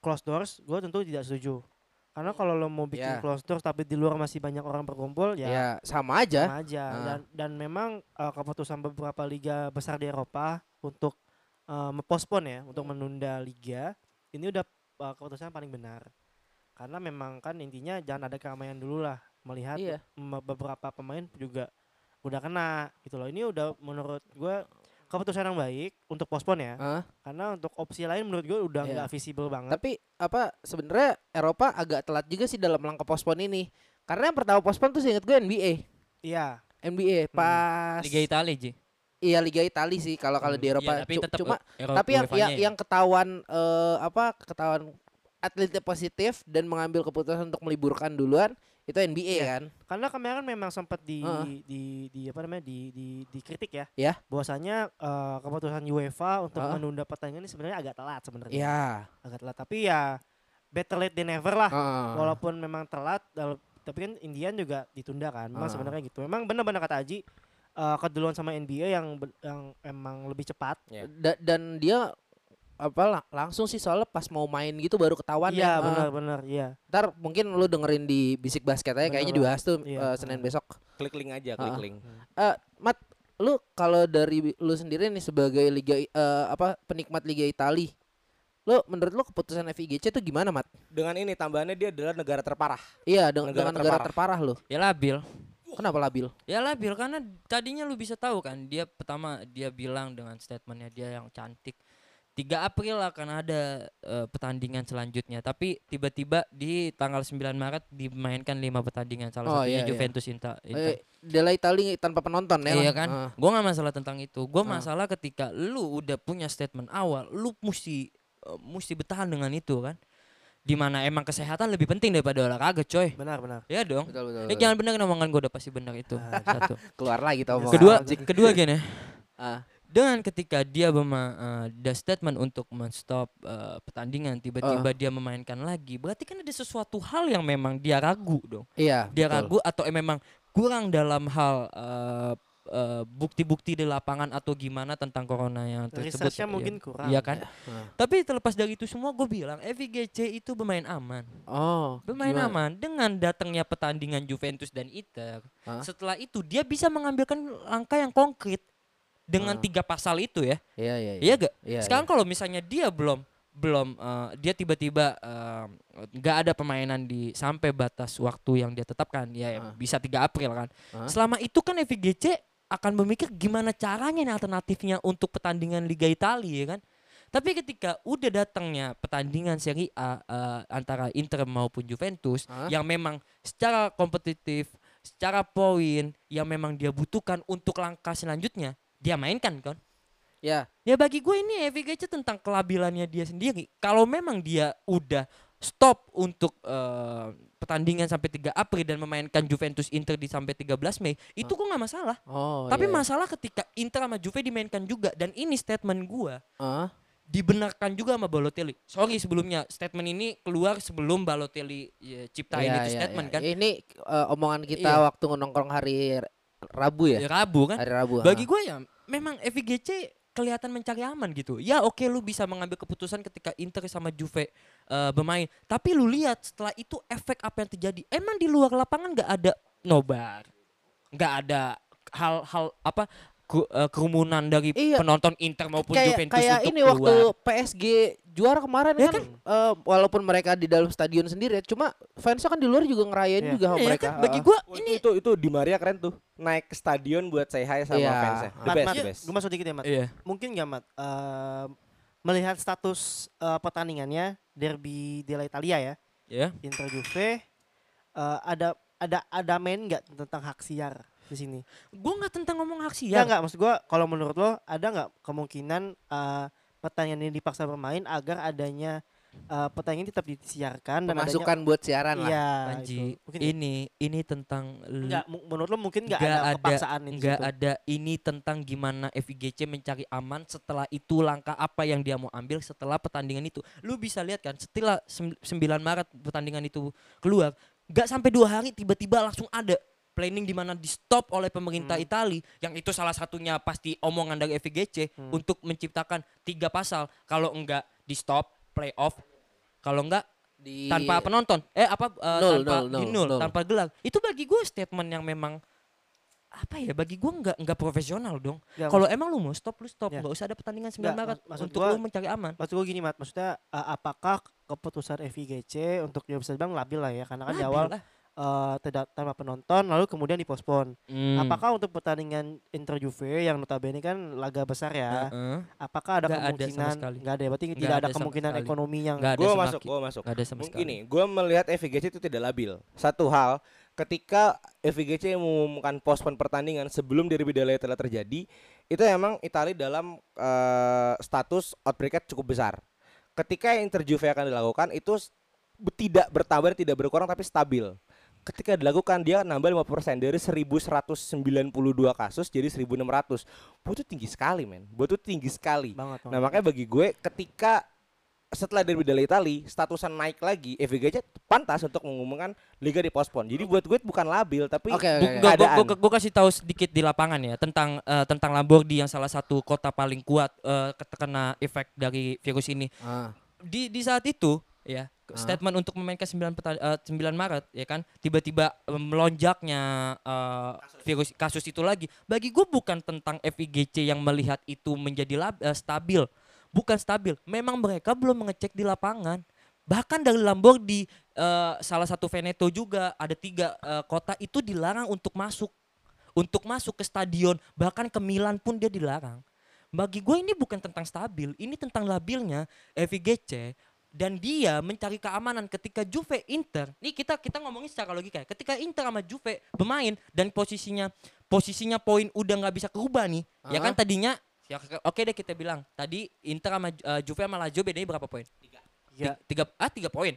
close doors, gua tentu tidak setuju. Karena kalau lo mau
Ya.
bikin close doors tapi di luar masih banyak orang berkumpul, ya
ya sama aja.
sama aja.
Ah.
Dan dan memang eh, keputusan beberapa liga besar di Eropa untuk eh, mepospon ya, untuk menunda liga, ini udah eh, keputusan paling benar. Karena memang kan intinya jangan ada keramaian dulu lah melihat
Iya.
me- beberapa pemain juga udah kena gitu loh. Ini udah menurut gue keputusan yang baik untuk pospon ya.
Ah,
Karena untuk opsi lain menurut gue udah
Iya.
nggak visible banget.
tapi apa sebenarnya Eropa agak telat juga sih dalam langkah pospon ini. Karena yang pertama pospon tuh seingat gue NBA.
Iya.
NBA
Hmm.
pas
Liga Italia Ji.
iya Liga Italia sih kalau kalau di
Iya,
Eropa
tapi
Cu-
tetap
cuma
Eropa
tapi yang yang,
UEFA-nya ya.
yang ketahuan eh, apa ketahuan atletnya positif dan mengambil keputusan untuk meliburkan duluan itu NBA
Iya.
kan.
Karena kemarin memang sempat di,
Heeh.
di di apa namanya di di dikritik ya.
Iya.
Bahwasanya eh, keputusan UEFA untuk
Heeh.
menunda pertandingan ini sebenarnya agak telat sebenarnya.
Iya.
Agak telat tapi ya better late than never lah.
Ah.
Walaupun memang telat dal- tapi kan Indian juga ditunda kan. Memang
Ah.
sebenarnya gitu. Memang benar-benar kata Aji eh, keduluan sama NBA yang be- yang emang lebih cepat.
Ya.
Da- dan dia apa la- langsung sih soalnya pas mau main gitu baru ketahuan
Iya,
ya. Ah,
benar-benar iya.
Ntar mungkin lu dengerin di bisik basket aja
Bener
kayaknya
banget.
dibahas tuh
Iya,
eh,
ah.
Senin besok.
Klik link aja,
Ah,
klik
ah.
link.
Mat, lu kalau dari lu sendiri nih sebagai liga I- eh, apa penikmat Liga Itali, lu menurut lu keputusan FIGC itu gimana, Mat?
Dengan ini tambahannya dia adalah negara terparah.
Iya, dengan
Negara
dengan negara terparah lu.
Ya labil.
Kenapa labil?
Ya labil karena tadinya lu bisa tahu kan dia pertama dia bilang dengan statementnya dia yang cantik 3 April akan ada eh, pertandingan selanjutnya tapi tiba-tiba di tanggal 9 Maret dimainkan 5 pertandingan
Oh,
salah
iya,
satunya
iya.
Juventus Inter.
Eh,
Inter.
Dela Itali tanpa penonton ya.
iya
Mat?
kan?
Ah,
Gua nggak masalah tentang itu.
Ah.
Gua masalah ketika lu udah punya statement awal, lu mesti eh, mesti bertahan dengan itu kan. Dimana emang kesehatan lebih penting daripada olahraga, coy.
Benar-benar.
Ya dong.
betul, betul,
Ya
betul.
jangan benar omongan gua udah pasti benar itu. Ah, Satu.
keluar lagi tau omongan.
kedua, kedua gini.
Ah.
Dengan ketika dia mema, eh, ada statement untuk menstop eh, pertandingan, tiba-tiba dia memainkan lagi, berarti kan ada sesuatu hal yang memang dia ragu dong.
Iya.
Dia
betul.
ragu atau eh, memang kurang dalam hal eh, eh, bukti-bukti di lapangan atau gimana tentang corona yang tersebut.
Researchnya
Iya.
mungkin kurang.
Iya kan?
Nah.
Tapi terlepas dari itu semua gue bilang FIGC itu bermain aman.
Oh,
Bermain
gimana?
aman dengan datangnya pertandingan Juventus dan Inter.
Hah?
Setelah itu dia bisa mengambilkan langkah yang konkret
Ah.
dengan tiga pasal itu ya.
Iya, iya, iya.
Iya gak?
Iya,
Sekarang kalau misalnya dia belum belum eh, dia tiba-tiba eh, nggak ada permainan di sampai batas waktu yang dia tetapkan ya ya,
Ah.
bisa 3 April kan.
Ah.
Selama itu kan FIGC akan memikir gimana caranya nih alternatifnya untuk pertandingan Liga Italia ya kan. Tapi ketika udah datangnya pertandingan Serie A eh, antara Inter maupun Juventus
Ah.
yang memang secara kompetitif, secara poin yang memang dia butuhkan untuk langkah selanjutnya, dia mainkan kan.
Iya.
Ya bagi gue ini FIGC tentang kelabilannya dia sendiri. Kalau memang dia udah stop untuk eh, pertandingan sampai 3 April dan memainkan Juventus Inter di sampai 13 Mei, itu kok nggak masalah.
Ah. Oh,
Tapi
iya.
masalah ketika Inter sama Juve dimainkan juga dan ini statement gue
Ah,
dibenarkan juga sama Balotelli. Sorry sebelumnya statement ini keluar sebelum Balotelli ya, ciptain
iya,
itu
iya,
statement
iya.
kan.
Ini eh, omongan kita
Iya.
waktu nongkrong hari R- Rabu ya?
Ya, Rabu kan.
Hari Rabu.
Bagi
ah.
gue ya memang FIGC kelihatan mencari aman gitu. Ya oke lu bisa mengambil keputusan ketika Inter sama Juve eh, bermain. Tapi lu lihat setelah itu efek apa yang terjadi. Emang di luar lapangan nggak ada nobar. nggak ada hal-hal apa ku- eh, kerumunan dari
Iya.
penonton Inter maupun
kayak
Juventus
kayak
untuk
ini
keluar.
waktu PSG juara kemarin
Ya
kan, eh, walaupun mereka di dalam stadion sendiri ya, cuma fansnya kan di luar juga ngerayain
Iya.
juga sama
Iya kan,
mereka. eh,
bagi gue
Oh,
ini
itu, itu itu di Maria keren tuh naik ke stadion buat say hi sama
Iya.
fansnya the
Mat,
best
mat,
the best
gue masuk dikit ya Mat.
iya.
Mungkin gak Mat, eh, melihat status eh, pertandingannya derby della Italia ya,
ya.
Inter Juve, eh, ada ada ada main nggak tentang hak siar di sini?
Gue nggak tentang ngomong aksi
Ya
ya.
nggak, maksud gue kalau menurut lo ada nggak kemungkinan eh, pertandingan ini dipaksa bermain agar adanya eh, pertandingan tetap disiarkan dan adanya
Pemasukan buat siaran lah.
Iya,
Panji,
Nah,
itu. Mungkin
ini ini tentang l-
Enggak, mu- menurut lo mungkin enggak,
Nggak
ada,
ada-
kepaksaan di
nggak
situ.
ada ini tentang gimana FIGC mencari aman setelah itu langkah apa yang dia mau ambil setelah pertandingan itu lu bisa lihat kan setelah sem- 9 Maret pertandingan itu keluar nggak sampai dua hari tiba-tiba langsung ada planning di mana di stop oleh pemerintah
Hmm.
Itali yang itu salah satunya pasti omongan dari FIGC
Hmm.
untuk menciptakan tiga pasal kalau enggak di stop playoff kalau enggak
Di
tanpa penonton eh apa eh,
Nol,
tanpa
nol, nol,
di Iya. nol,
nol.
tanpa gelang itu bagi gue statement yang memang apa ya bagi gue nggak nggak profesional dong
Nggak,
kalau emang lu mau stop lu stop
Ya.
nggak usah ada pertandingan 9
Nggak,
Maret
mak- maksud
untuk
gua-
lu mencari aman
Maksud gue gini, Mat. Maksudnya eh, apakah keputusan FIGC untuk dia bisa bilang labil lah ya karena kan di
Labil
awal
lah.
eh, tidak tanpa penonton lalu kemudian dipospon.
Hmm.
Apakah untuk pertandingan Inter Juve yang notabene kan laga besar ya,
Heeh.
apakah ada
Nggak ada sama
kemungkinan
sekali.
nggak ada ya, berarti
Nggak
tidak ada,
ada sama
kemungkinan
sekali.
ekonomi yang
nggak ada
gue
sama
masuk
ki-
gue masuk
nggak ada sama
Mungkin
sekali
Ini gue melihat FIGC itu tidak labil. Satu hal, ketika FIGC mengumumkan pospon pertandingan sebelum derby della Italia terjadi, itu emang Italia dalam eh, status outbreak cukup besar. Ketika Inter Juve akan dilakukan itu s- be- tidak bertambah tidak berkurang tapi stabil. Ketika dilakukan dia nambah 5% dari 1192 kasus jadi 1600. Buat itu tinggi sekali, men. Buat itu tinggi sekali.
banget.
Nah
Bang.
makanya bagi gue ketika setelah derby della Itali statusan naik lagi FVG aja pantas untuk mengumumkan liga dipospon. Jadi buat gue bukan labil tapi
Oke, oke, oke.
Gue
keadaan.
kasih tahu sedikit di lapangan ya tentang eh, tentang Lamborghini yang salah satu kota paling kuat eh, terkena efek dari virus ini.
Ah,
di di saat itu ya statement untuk memainkan 9 peta- eh, 9 Maret ya kan tiba-tiba eh, melonjaknya eh, virus kasus itu lagi bagi gue bukan tentang FIGC yang melihat itu menjadi lab- eh, stabil bukan stabil memang mereka belum mengecek di lapangan bahkan dari Lambor di eh, salah satu Veneto juga ada tiga eh, kota itu dilarang untuk masuk untuk masuk ke stadion bahkan ke Milan pun dia dilarang bagi gue ini bukan tentang stabil ini tentang labilnya FIGC dan dia mencari keamanan ketika Juve Inter. Nih kita kita ngomongin secara logika. ya. Ketika Inter sama Juve bermain dan posisinya posisinya poin udah nggak bisa kerubah nih. Ya kan tadinya ya ke- oke deh kita bilang tadi Inter sama Ju- eh, Juve sama Lazio bedanya berapa poin?
Iya,
Ti- Tiga ah tiga poin.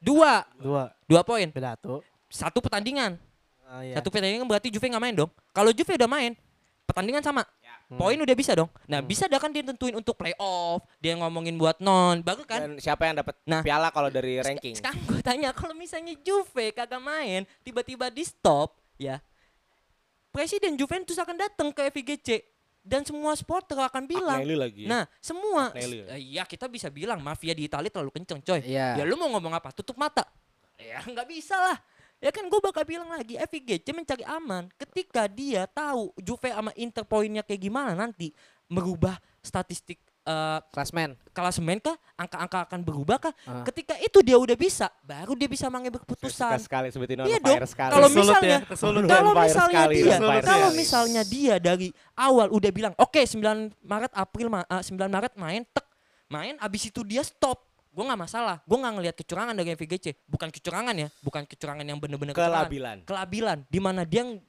Dua
dua
dua poin.
pidato.
Satu pertandingan.
Ah, iya.
Satu pertandingan kan berarti Juve nggak main dong. Kalau Juve udah main, pertandingan sama.
Iya.
Hmm. Poin udah bisa dong. Nah,
Hmm.
bisa dah kan dia tentuin untuk playoff, dia ngomongin buat non, bagus kan?
Dan siapa yang dapat
Nah.
piala kalau dari ranking?
Sekarang gue tanya kalau misalnya Juve kagak main, tiba-tiba di stop, ya presiden Juventus akan datang ke FIGC dan semua supporter akan bilang
Agnelli lagi. ya.
Nah, semua
Agnelli.
Eh, ya kita bisa bilang mafia di Italia terlalu kenceng, coy.
Iya.
Ya lu mau ngomong apa? Tutup mata. Ya nggak bisa lah. Ya kan gue bakal bilang lagi, FIGC mencari aman ketika dia tahu Juve sama Inter poinnya kayak gimana nanti merubah statistik eh,
Klasmen.
klasemen kah, angka-angka akan berubah kah?
Ah.
Ketika itu dia udah bisa, baru dia bisa mengambil
Suka
keputusan.
sekali seperti ini,
Iya
on fire
dong,
sekali.
kalau
Resolut
misalnya
ya, resolut.
kalau
Vampire
misalnya
sekali,
dia
vampire
kalau
sekali.
misalnya dia dari awal udah bilang oke 9 Maret April ma- eh, 9 Maret main tek main abis itu dia stop gue nggak masalah gue nggak ngelihat kecurangan dari FGC bukan kecurangan ya bukan kecurangan yang bener-bener kecurangan.
Kelabilan.
kelabilan di mana dia ng-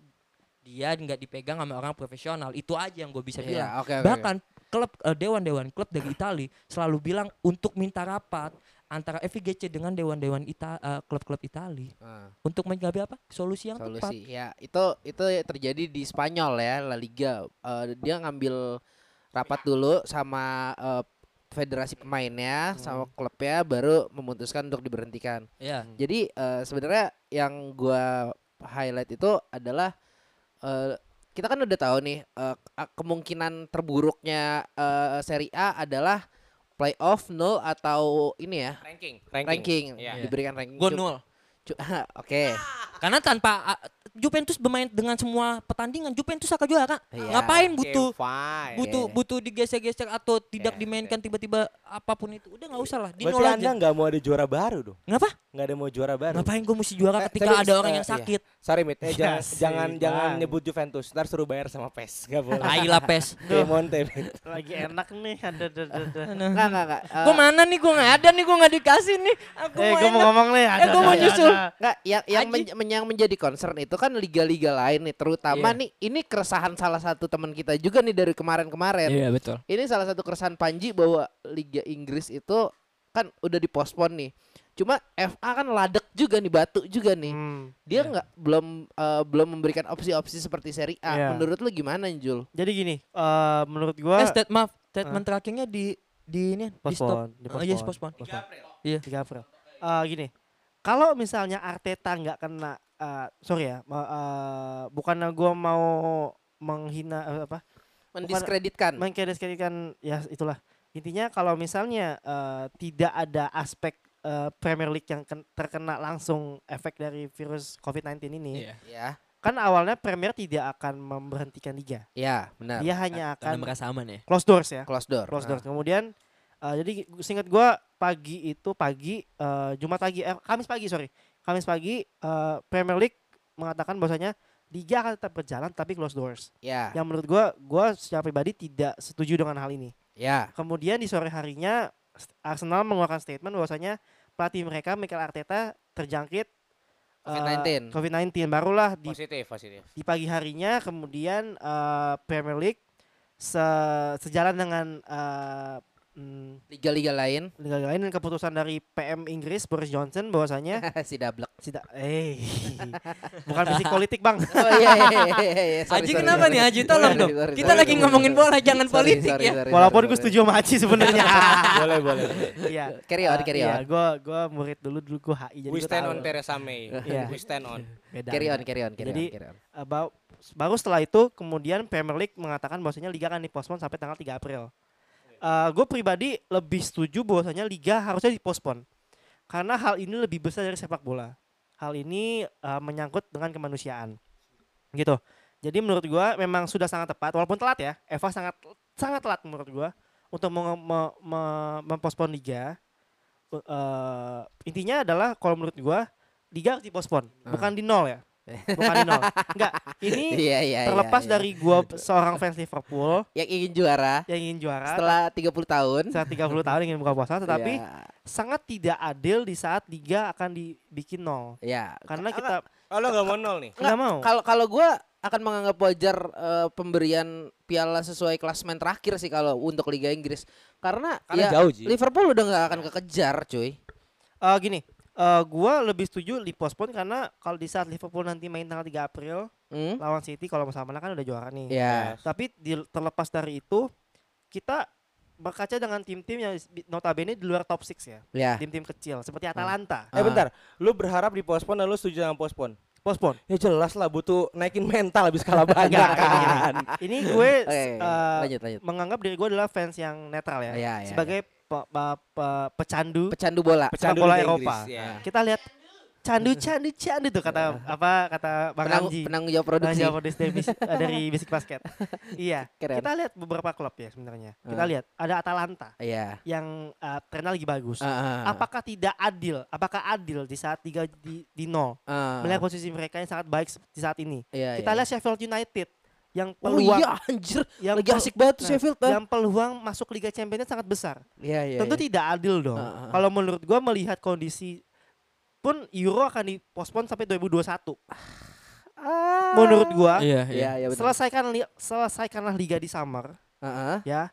dia nggak dipegang sama orang profesional itu aja yang gue bisa
Iya,
bilang
oke oke, oke.
bahkan klub eh, dewan-dewan klub dari Itali selalu bilang untuk minta rapat antara FIGC dengan dewan-dewan Ita- eh, klub-klub Itali
Ah,
untuk mencapai apa solusi yang tepat
solusi. Ya, itu itu terjadi di Spanyol ya, La Liga. Eh, dia ngambil rapat dulu sama eh, federasi pemainnya sama klubnya baru memutuskan untuk diberhentikan.
ya
Jadi eh, sebenarnya yang gua highlight itu adalah eh, kita kan udah tahu nih eh, a- kemungkinan terburuknya eh, Serie A adalah playoff nol atau ini ya
ranking,
ranking,
Iya.
diberikan ranking.
gue
Cu-
nol
cu- Oke.
karena tanpa ah, Juventus bermain dengan semua pertandingan Juventus akan juara Kak.
Iya.
ngapain
Oke,
butuh
fine.
butuh butuh digeser-geser atau tidak
Iya,
dimainkan tiba-tiba apapun itu udah nggak usah lah di nol
Berarti Anda
aja
nggak mau ada juara baru dong?
Kenapa?
Nggak ada mau juara baru?
ngapain gue mesti juara
Eh,
ketika
tapi,
ada orang
eh,
yang
iya.
sakit
Sorry Mit, eh,
Ya
Iya
jangan
sih,
jangan,
Bang.
jangan nyebut Juventus, ntar suruh bayar sama PES, nggak boleh.
Ayolah pes
Piemonte, Mit.
Lagi enak nih. Ada, ada, ada, ada.
Enggak enggak enggak. Eh,
Gue mana nih gue nggak ada nih gue nggak dikasih nih. Aku
Eh,
mau
gue mau
enak.
ngomong nih. Ada,
gua mau
ada,
nyusul.
ada.
Nggak, yang yang,
Haji.
men- men- yang menjadi concern itu kan liga-liga lain nih, terutama
Iya.
nih ini keresahan salah satu teman kita juga nih dari kemarin-kemarin.
Iya betul.
Ini salah satu keresahan Panji bahwa Liga Inggris itu kan udah dipospon nih. Cuma FA kan ladek juga nih, batu juga nih.
Hmm.
Dia nggak belum eh, belum memberikan opsi-opsi seperti Serie A.
Iya.
Menurut lu gimana, Jul?
Jadi gini, eh menurut
Eh
gua
stat- maaf statement terakhirnya di di ini di stop.
postpone,
Oh, Iya postpone. Iya.
3 April. Eh, gini, kalau misalnya Arteta nggak kena, eh sorry ya, ma- eh, bukannya gue mau menghina eh, apa,
Mendiskreditkan.
mengkreditkan ya itulah. Intinya kalau misalnya eh, tidak ada aspek eh, Premier League yang ken- terkena langsung efek dari virus COVID-19 ini,
Iya.
ya,
kan awalnya Premier tidak akan memberhentikan liga,
ya, benar.
dia hanya akan
Karena merasa aman ya.
close doors ya.
Close door.
Iya. Close
Nah.
doors. Kemudian eh, jadi singkat gua pagi itu pagi eh, Jumat pagi eh, Kamis pagi sorry Kamis pagi eh, Premier League mengatakan bahwasanya liga akan tetap berjalan tapi close doors.
Ya,
Yang menurut gua gua secara pribadi tidak setuju dengan hal ini.
ya.
Kemudian di sore harinya st- Arsenal mengeluarkan statement bahwasanya pelatih mereka Mikel Arteta terjangkit eh,
COVID-19.
COVID-19 barulah di
Positif, positif.
di pagi harinya kemudian eh, Premier League se- sejalan dengan eh, mm,
Liga-liga lain.
liga lain dan keputusan dari PM Inggris Boris Johnson bahwasanya
si dablek.
tidak eh bukan fisik politik bang
Oh iya iya iya. iya. Sorry,
Haji
sorry,
kenapa
sorry.
nih Haji tolong
Sorry,
dong.
sorry,
Kita
sorry,
lagi
sorry,
ngomongin
sorry.
bola jangan
Sorry,
politik
sorry,
ya.
sorry,
walaupun
sorry,
gue
sorry.
setuju sama Aci sebenarnya
boleh, boleh.
iya
Carry on,
Eh,
carry
iya,
on.
gue gue murid dulu dulu gue HI jadi
We
gua
stand
tahu.
on Teresa May.
Iya.
We stand on.
Beda,
Carry
beda.
on, carry on, carry
Jadi,
on, carry on.
Eh, ba- baru setelah itu kemudian Premier League mengatakan bahwasanya liga akan dipospon sampai tanggal 3 April. gue Eh, pribadi lebih setuju bahwasanya liga harusnya dipospon karena hal ini lebih besar dari sepak bola. Hal ini eh, menyangkut dengan kemanusiaan, gitu. Jadi menurut gue memang sudah sangat tepat, walaupun telat ya. Eva sangat sangat telat menurut gue untuk menge- me- me- mempospon liga. Eh, eh, intinya adalah kalau menurut gue liga harus dipospon, bukan di nol ya. Bukan di nol. Enggak, ini
Ah. Iya iya.
terlepas
iya, iya.
dari gua seorang fans Liverpool
yang ingin juara
yang ingin juara
setelah 30 tahun.
saat 30 tahun ingin buka puasa tetapi
ya,
sangat tidak adil di saat liga akan dibikin nol
ya.
karena kita
Oh, lo nggak mau nol nih?
nggak mau
Kalau kalau gua akan menganggap wajar eh, pemberian piala sesuai klasemen terakhir sih kalau untuk Liga Inggris karena,
Karena
ya
jauh, Ji.
Liverpool udah nggak akan kekejar cuy
Eh, gini eh, gua lebih setuju dipospon karena kalau di saat Liverpool nanti main tanggal 3 April
hmm?
lawan City kalau sama kan udah juara nih
ya
tapi di- terlepas dari itu kita berkaca dengan tim-tim yang di- notabene di luar top 6 ya
ya Hmm.
tim-tim kecil seperti Atalanta
Ah. Eh
Ah.
bentar, lu berharap di dan lu setuju sama postpone?
Postpone.
Ya jelas lah butuh naikin mental habis kalah banyak
Enggak,
kan.
Ini gue
Ah. Oke,
eh,
lanjut lanjut.
menganggap diri gue adalah fans yang netral ya.
Ya, ya,
sebagai pe- pe- pe- pecandu.
Pecandu bola.
Pecandu
bola
Liga
Eropa.
Inggris, ya.
Kita lihat candu candu candu tuh kata apa kata
Iya.
Bang
Penang,
Ramji.
penanggung jawab
Bang
produksi.
Jawa dari, Basic- eh, dari Basic Basket. iya.
Keren.
Kita lihat beberapa klub ya sebenarnya. Kita
Ah.
lihat ada Atalanta
Iya.
yang eh, trennya lagi bagus.
Heeh.
Apakah tidak adil? Apakah adil di saat tiga di, di nol?
Ah.
Melihat posisi mereka yang sangat baik se- di saat ini.
Iya,
Kita
iya.
lihat Sheffield United yang
Oh
peluang
iya anjir.
yang
Lagi
pel-
asik banget tuh
nah,
Sheffield. ah.
yang peluang masuk Liga Champions sangat besar.
Iya iya.
Tentu
iya.
tidak adil dong.
Ah, ah, ah.
Kalau menurut gua melihat kondisi pun Euro akan dipospon sampai 2021. Menurut gua
Iya,
Ah. Iya iya betul.
selesaikan li- selesaikanlah liga di summer
Heeh,
ya.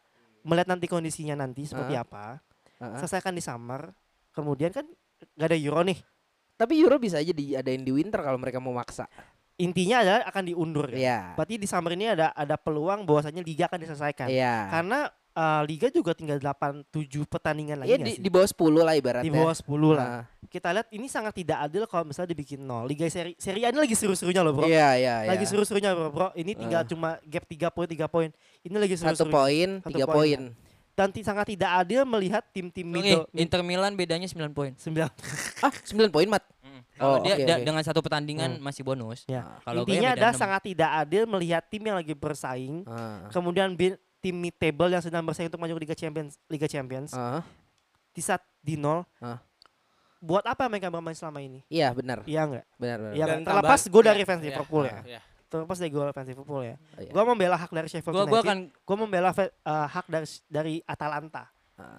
Melihat nanti kondisinya nanti seperti
Ah.
apa.
heeh.
Selesaikan di summer. Kemudian kan gak ada Euro nih.
Tapi Euro bisa aja diadain di winter kalau mereka mau maksa.
Intinya adalah akan diundur ya.
Iya.
Berarti di summer ini ada ada peluang bahwasanya liga akan diselesaikan.
Iya.
Karena eh, liga juga tinggal 8 7 pertandingan lagi
Iya
nggak
di,
sih?
di bawah 10 lah ibaratnya.
di bawah 10
Ah,
lah. kita lihat ini sangat tidak adil kalau misalnya dibikin nol. Liga seri seri A ini lagi seru-serunya loh, Bro.
Iya iya iya.
Lagi seru-serunya, Bro, Bro. Ini
Ah.
tinggal cuma gap 3 poin, 3 poin. Ini lagi
Satu
seru-serunya.
poin,
Satu
tiga
poin,
poin.
Dan ti- sangat tidak adil melihat tim-tim
Oke,
middle mid-
Inter Milan bedanya 9 poin.
sembilan.
Ah, 9 poin, Mat. Oh,
Kalau dia
oke,
da-
oke.
dengan satu pertandingan masih bonus.
Ya.
Kalau gue
Intinya
beda
adalah
enam.
sangat tidak adil melihat tim yang lagi bersaing,
Ah.
kemudian bin- tim mid table yang sedang bersaing untuk masuk Liga Champions, Liga Champions
Ah,
di saat di nol.
Ah.
Buat apa mereka bermain selama ini?
Iya, benar.
Iya enggak?
Benar, benar.
Iya,
Dan
kan? terlepas
tambah-
gue dari
ya,
fans
ya,
Liverpool ya.
ya.
Terlepas dari gue fans Liverpool ya.
Iya.
Gue membela hak dari Sheffield
Gua gua
United.
akan
gue membela fe- eh, hak dari dari Atalanta.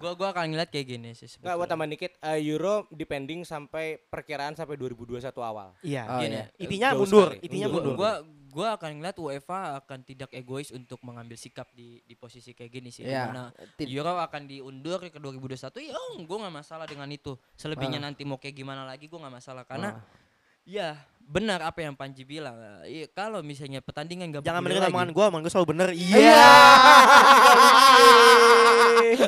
gua gua akan ngeliat kayak gini sih.
Enggak, gua
sebetulnya.
tambah dikit. Eh, Euro depending sampai perkiraan sampai 2021 awal.
Iya.
Oh,
Gini,
iya.
Intinya
Jauh
mundur,
sekali.
intinya
gua,
mundur.
gua gua akan ngeliat UEFA akan tidak egois untuk mengambil sikap di di posisi kayak gini sih.
Iya.
Karena
Tid-
Euro akan diundur ke 2021. Ya, oh, gua nggak masalah dengan itu. Selebihnya nanti mau kayak gimana lagi gua nggak masalah karena ya benar apa yang Panji bilang. Eh, kalau misalnya pertandingan nggak
Jangan mendengar
bergulir
omongan gue, omongan gue selalu bener. Iya.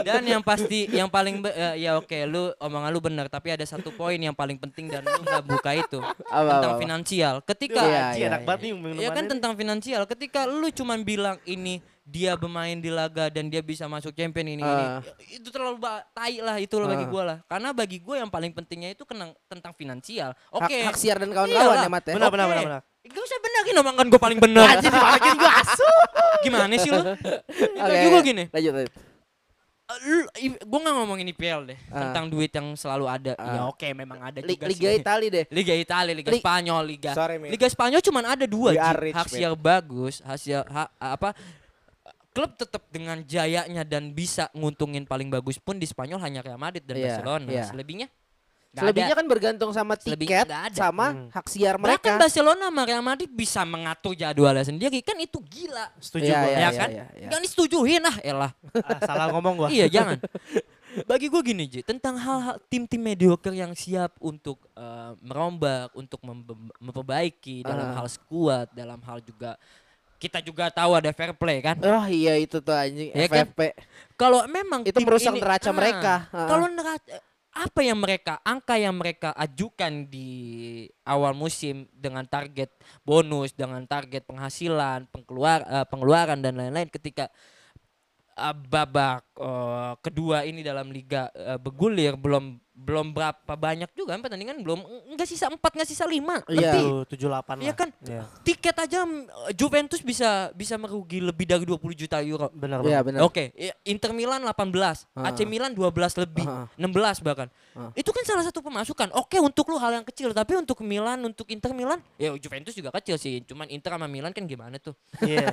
dan yang pasti yang paling be- eh, ya oke lu omongan lu benar tapi ada satu poin yang paling penting dan lu nggak buka itu
Apa,
tentang
apa, apa?
finansial ketika
Iya,
Iya,
iya,
enak
iya.
banget nih
ya kan tentang finansial ketika lu cuman bilang ini dia bermain di laga dan dia bisa masuk champion ini, ini.
Ah.
itu terlalu ba- tai lah itu loh bagi
Ah.
gua lah karena bagi gua yang paling pentingnya itu kenang, tentang finansial oke
Hak, hak siar dan kawan-kawan
Iyalah,
ya, Mat ya.
Benar,
Oke.
benar, benar, benar.
Gak usah benerin omongan gue paling bener Anjir dimarahin gue asu Gimana sih lu?
Oke,
Bagi gue gini
Lanjut, lanjut.
Eh, Gue gak ngomongin IPL deh
Ah.
Tentang duit yang selalu ada Ya
Ah.
oke memang ada
Li-
juga
Liga
sih
Itali deh.
Liga Italia, Liga
Li-
Spanyol, Liga
Sorry, Mi.
Liga Spanyol cuman ada
We
dua Ji.
are rich,
Hasil bagus Hasil ha- apa Klub tetap dengan jayanya dan bisa nguntungin paling bagus pun di Spanyol hanya Real Madrid dan
Iya,
Barcelona.
iya.
Selebihnya nggak
Selebihnya
ada.
kan bergantung sama tiket
Selebihnya nggak ada. Hmm.
sama hak siar
Bahkan
mereka.
Barcelona sama Real Madrid bisa mengatur jadwalnya sendiri kan itu gila.
Setuju
Iya, iya,
gua.
ya
iya,
kan?
iya, iya.
Jangan disetujuin ah, elah.
Ah, salah ngomong gue.
iya, jangan. Bagi gue gini, Ji, tentang hal-hal tim-tim mediocre yang siap untuk eh, merombak, untuk membe- memperbaiki dalam hal skuad, dalam hal juga kita juga tahu ada fair play kan.
Oh iya itu tuh anjing
Iya kan?
FFP.
Kalau memang
Itu
tim
merusak
ini-
neraca
ah,
mereka. Ah.
Kalau neraca apa yang mereka angka yang mereka ajukan di awal musim dengan target bonus, dengan target penghasilan, pengkeluar eh, pengeluaran dan lain-lain ketika eh, babak eh, kedua ini dalam liga eh, bergulir belum belum berapa banyak juga kan pertandingan belum enggak sisa empat nggak sisa lima
Iya.
lebih
Tujuh delapan lah.
Iya kan?
Iya.
tiket aja mm, Juventus bisa bisa merugi lebih dari 20 juta euro
Benar.
Iya
banget.
benar.
Oke, i- Inter Milan 18, AC
Ah.
Milan 12 lebih,
Ah.
16 bahkan.
Ah.
Itu kan salah satu pemasukan. Oke, untuk lu hal yang kecil, tapi untuk Milan, untuk Inter Milan, ya Juventus juga kecil sih. Cuman Inter sama Milan kan gimana tuh?
Iya.
Ya,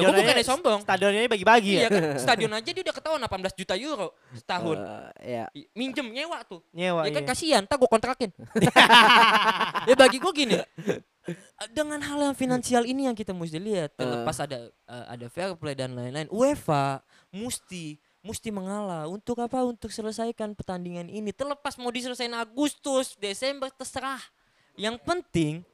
gua bukannya
Stadionnya
sombong.
Stadionnya ini bagi-bagi ya.
Iya kan, stadion aja dia udah ketahuan 18 juta euro setahun.
Eh, ya.
I- Minjem nyewa tuh.
Nyewa.
ya kan
iya.
kasihan, tak gue kontrakin. ya bagi gue gini, dengan hal yang finansial ini yang kita mesti lihat, terlepas ada eh, ada fair play dan lain-lain, UEFA mesti mesti mengalah untuk apa? Untuk selesaikan pertandingan ini. Terlepas mau diselesaikan Agustus, Desember terserah. Yang penting,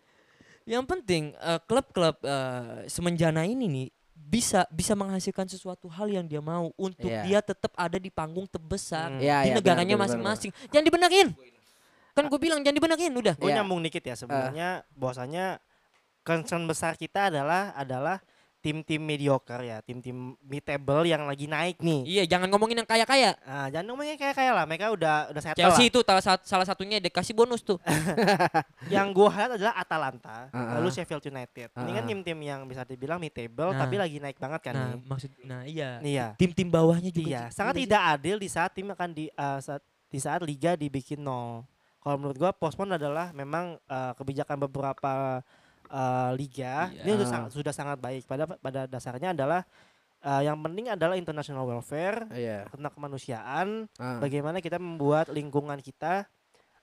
yang penting eh, klub-klub eh, semenjana ini nih bisa bisa menghasilkan sesuatu hal yang dia mau untuk
Iya.
dia tetap ada di panggung
Iya,
terbesar di
iya, benar,
negaranya
benar, benar,
masing-masing. Jangan dibenerin. Kan gue bilang jangan dibenerin udah.
gue
Iya.
nyambung dikit ya sebenarnya bahwasanya concern besar kita adalah adalah tim-tim mediocre ya tim-tim mid table yang lagi naik nih
Iya, jangan ngomongin yang kaya-kaya.
nah, jangan ngomongnya kayak kayak lah mereka udah udah settle
Chelsea
lah
itu salah, sat- salah satunya dikasih bonus tuh.
yang gue lihat adalah Atalanta
Ah,
lalu
ah.
Sheffield United ini
Ah,
kan
ah.
tim-tim yang bisa dibilang mid table
Nah.
tapi lagi naik banget kan
Nah,
nih
maksud nah iya.
iya
Tim-tim bawahnya juga. gitu.
iya
sih,
sangat
gila sih.
tidak adil di saat tim akan di eh, saat, di saat liga dibikin nol kalau menurut gue postpone adalah memang eh, kebijakan beberapa eh, liga ini
Iya.
sudah sangat, sudah sangat baik pada pada dasarnya adalah eh, yang penting adalah international welfare
Iya.
tentang kemanusiaan
Ah.
bagaimana kita membuat lingkungan kita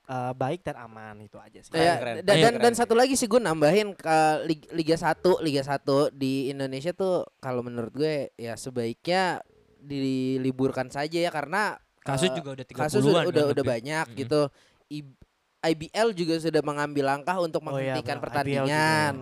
eh, baik dan aman itu aja sih
Keren,
Ya,
keren. Iya,
dan, dan,
keren
dan
sih.
satu lagi sih gue nambahin ke Lig- Liga 1 Liga 1 di Indonesia tuh kalau menurut gue ya sebaiknya diliburkan saja ya karena
Kasus
eh,
juga udah 30-an.
kasus udah udah,
kan
udah
lebih.
banyak
Mm-mm.
gitu I- IBL juga sudah mengambil langkah untuk
Oh iya,
menghentikan
benar. IPL juga.
pertandingan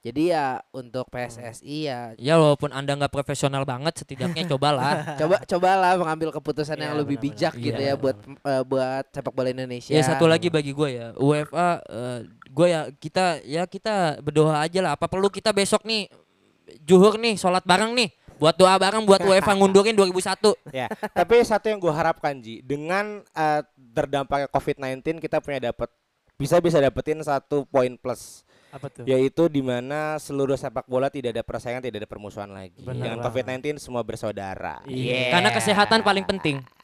jadi ya untuk
Hmm.
PSSI ya
Ya walaupun Anda nggak profesional banget setidaknya cobalah.
coba cobalah mengambil keputusan
Iya,
yang lebih
benar-benar.
bijak
Iya,
gitu ya buat eh, buat sepak bola Indonesia
ya satu lagi bagi gue ya, UEFA eh, gue ya kita ya kita berdoa aja lah apa perlu kita besok nih juhur nih sholat bareng nih buat doa bareng buat UEFA ngundurin 2001.
ya tapi satu yang gue harapkan Ji dengan eh, terdampaknya COVID-19 kita punya dapat bisa bisa dapetin satu poin plus
apa tuh
yaitu di mana seluruh sepak bola tidak ada persaingan tidak ada permusuhan lagi
Benar
dengan
banget.
COVID-19 semua bersaudara
Iya.
Karena kesehatan paling penting.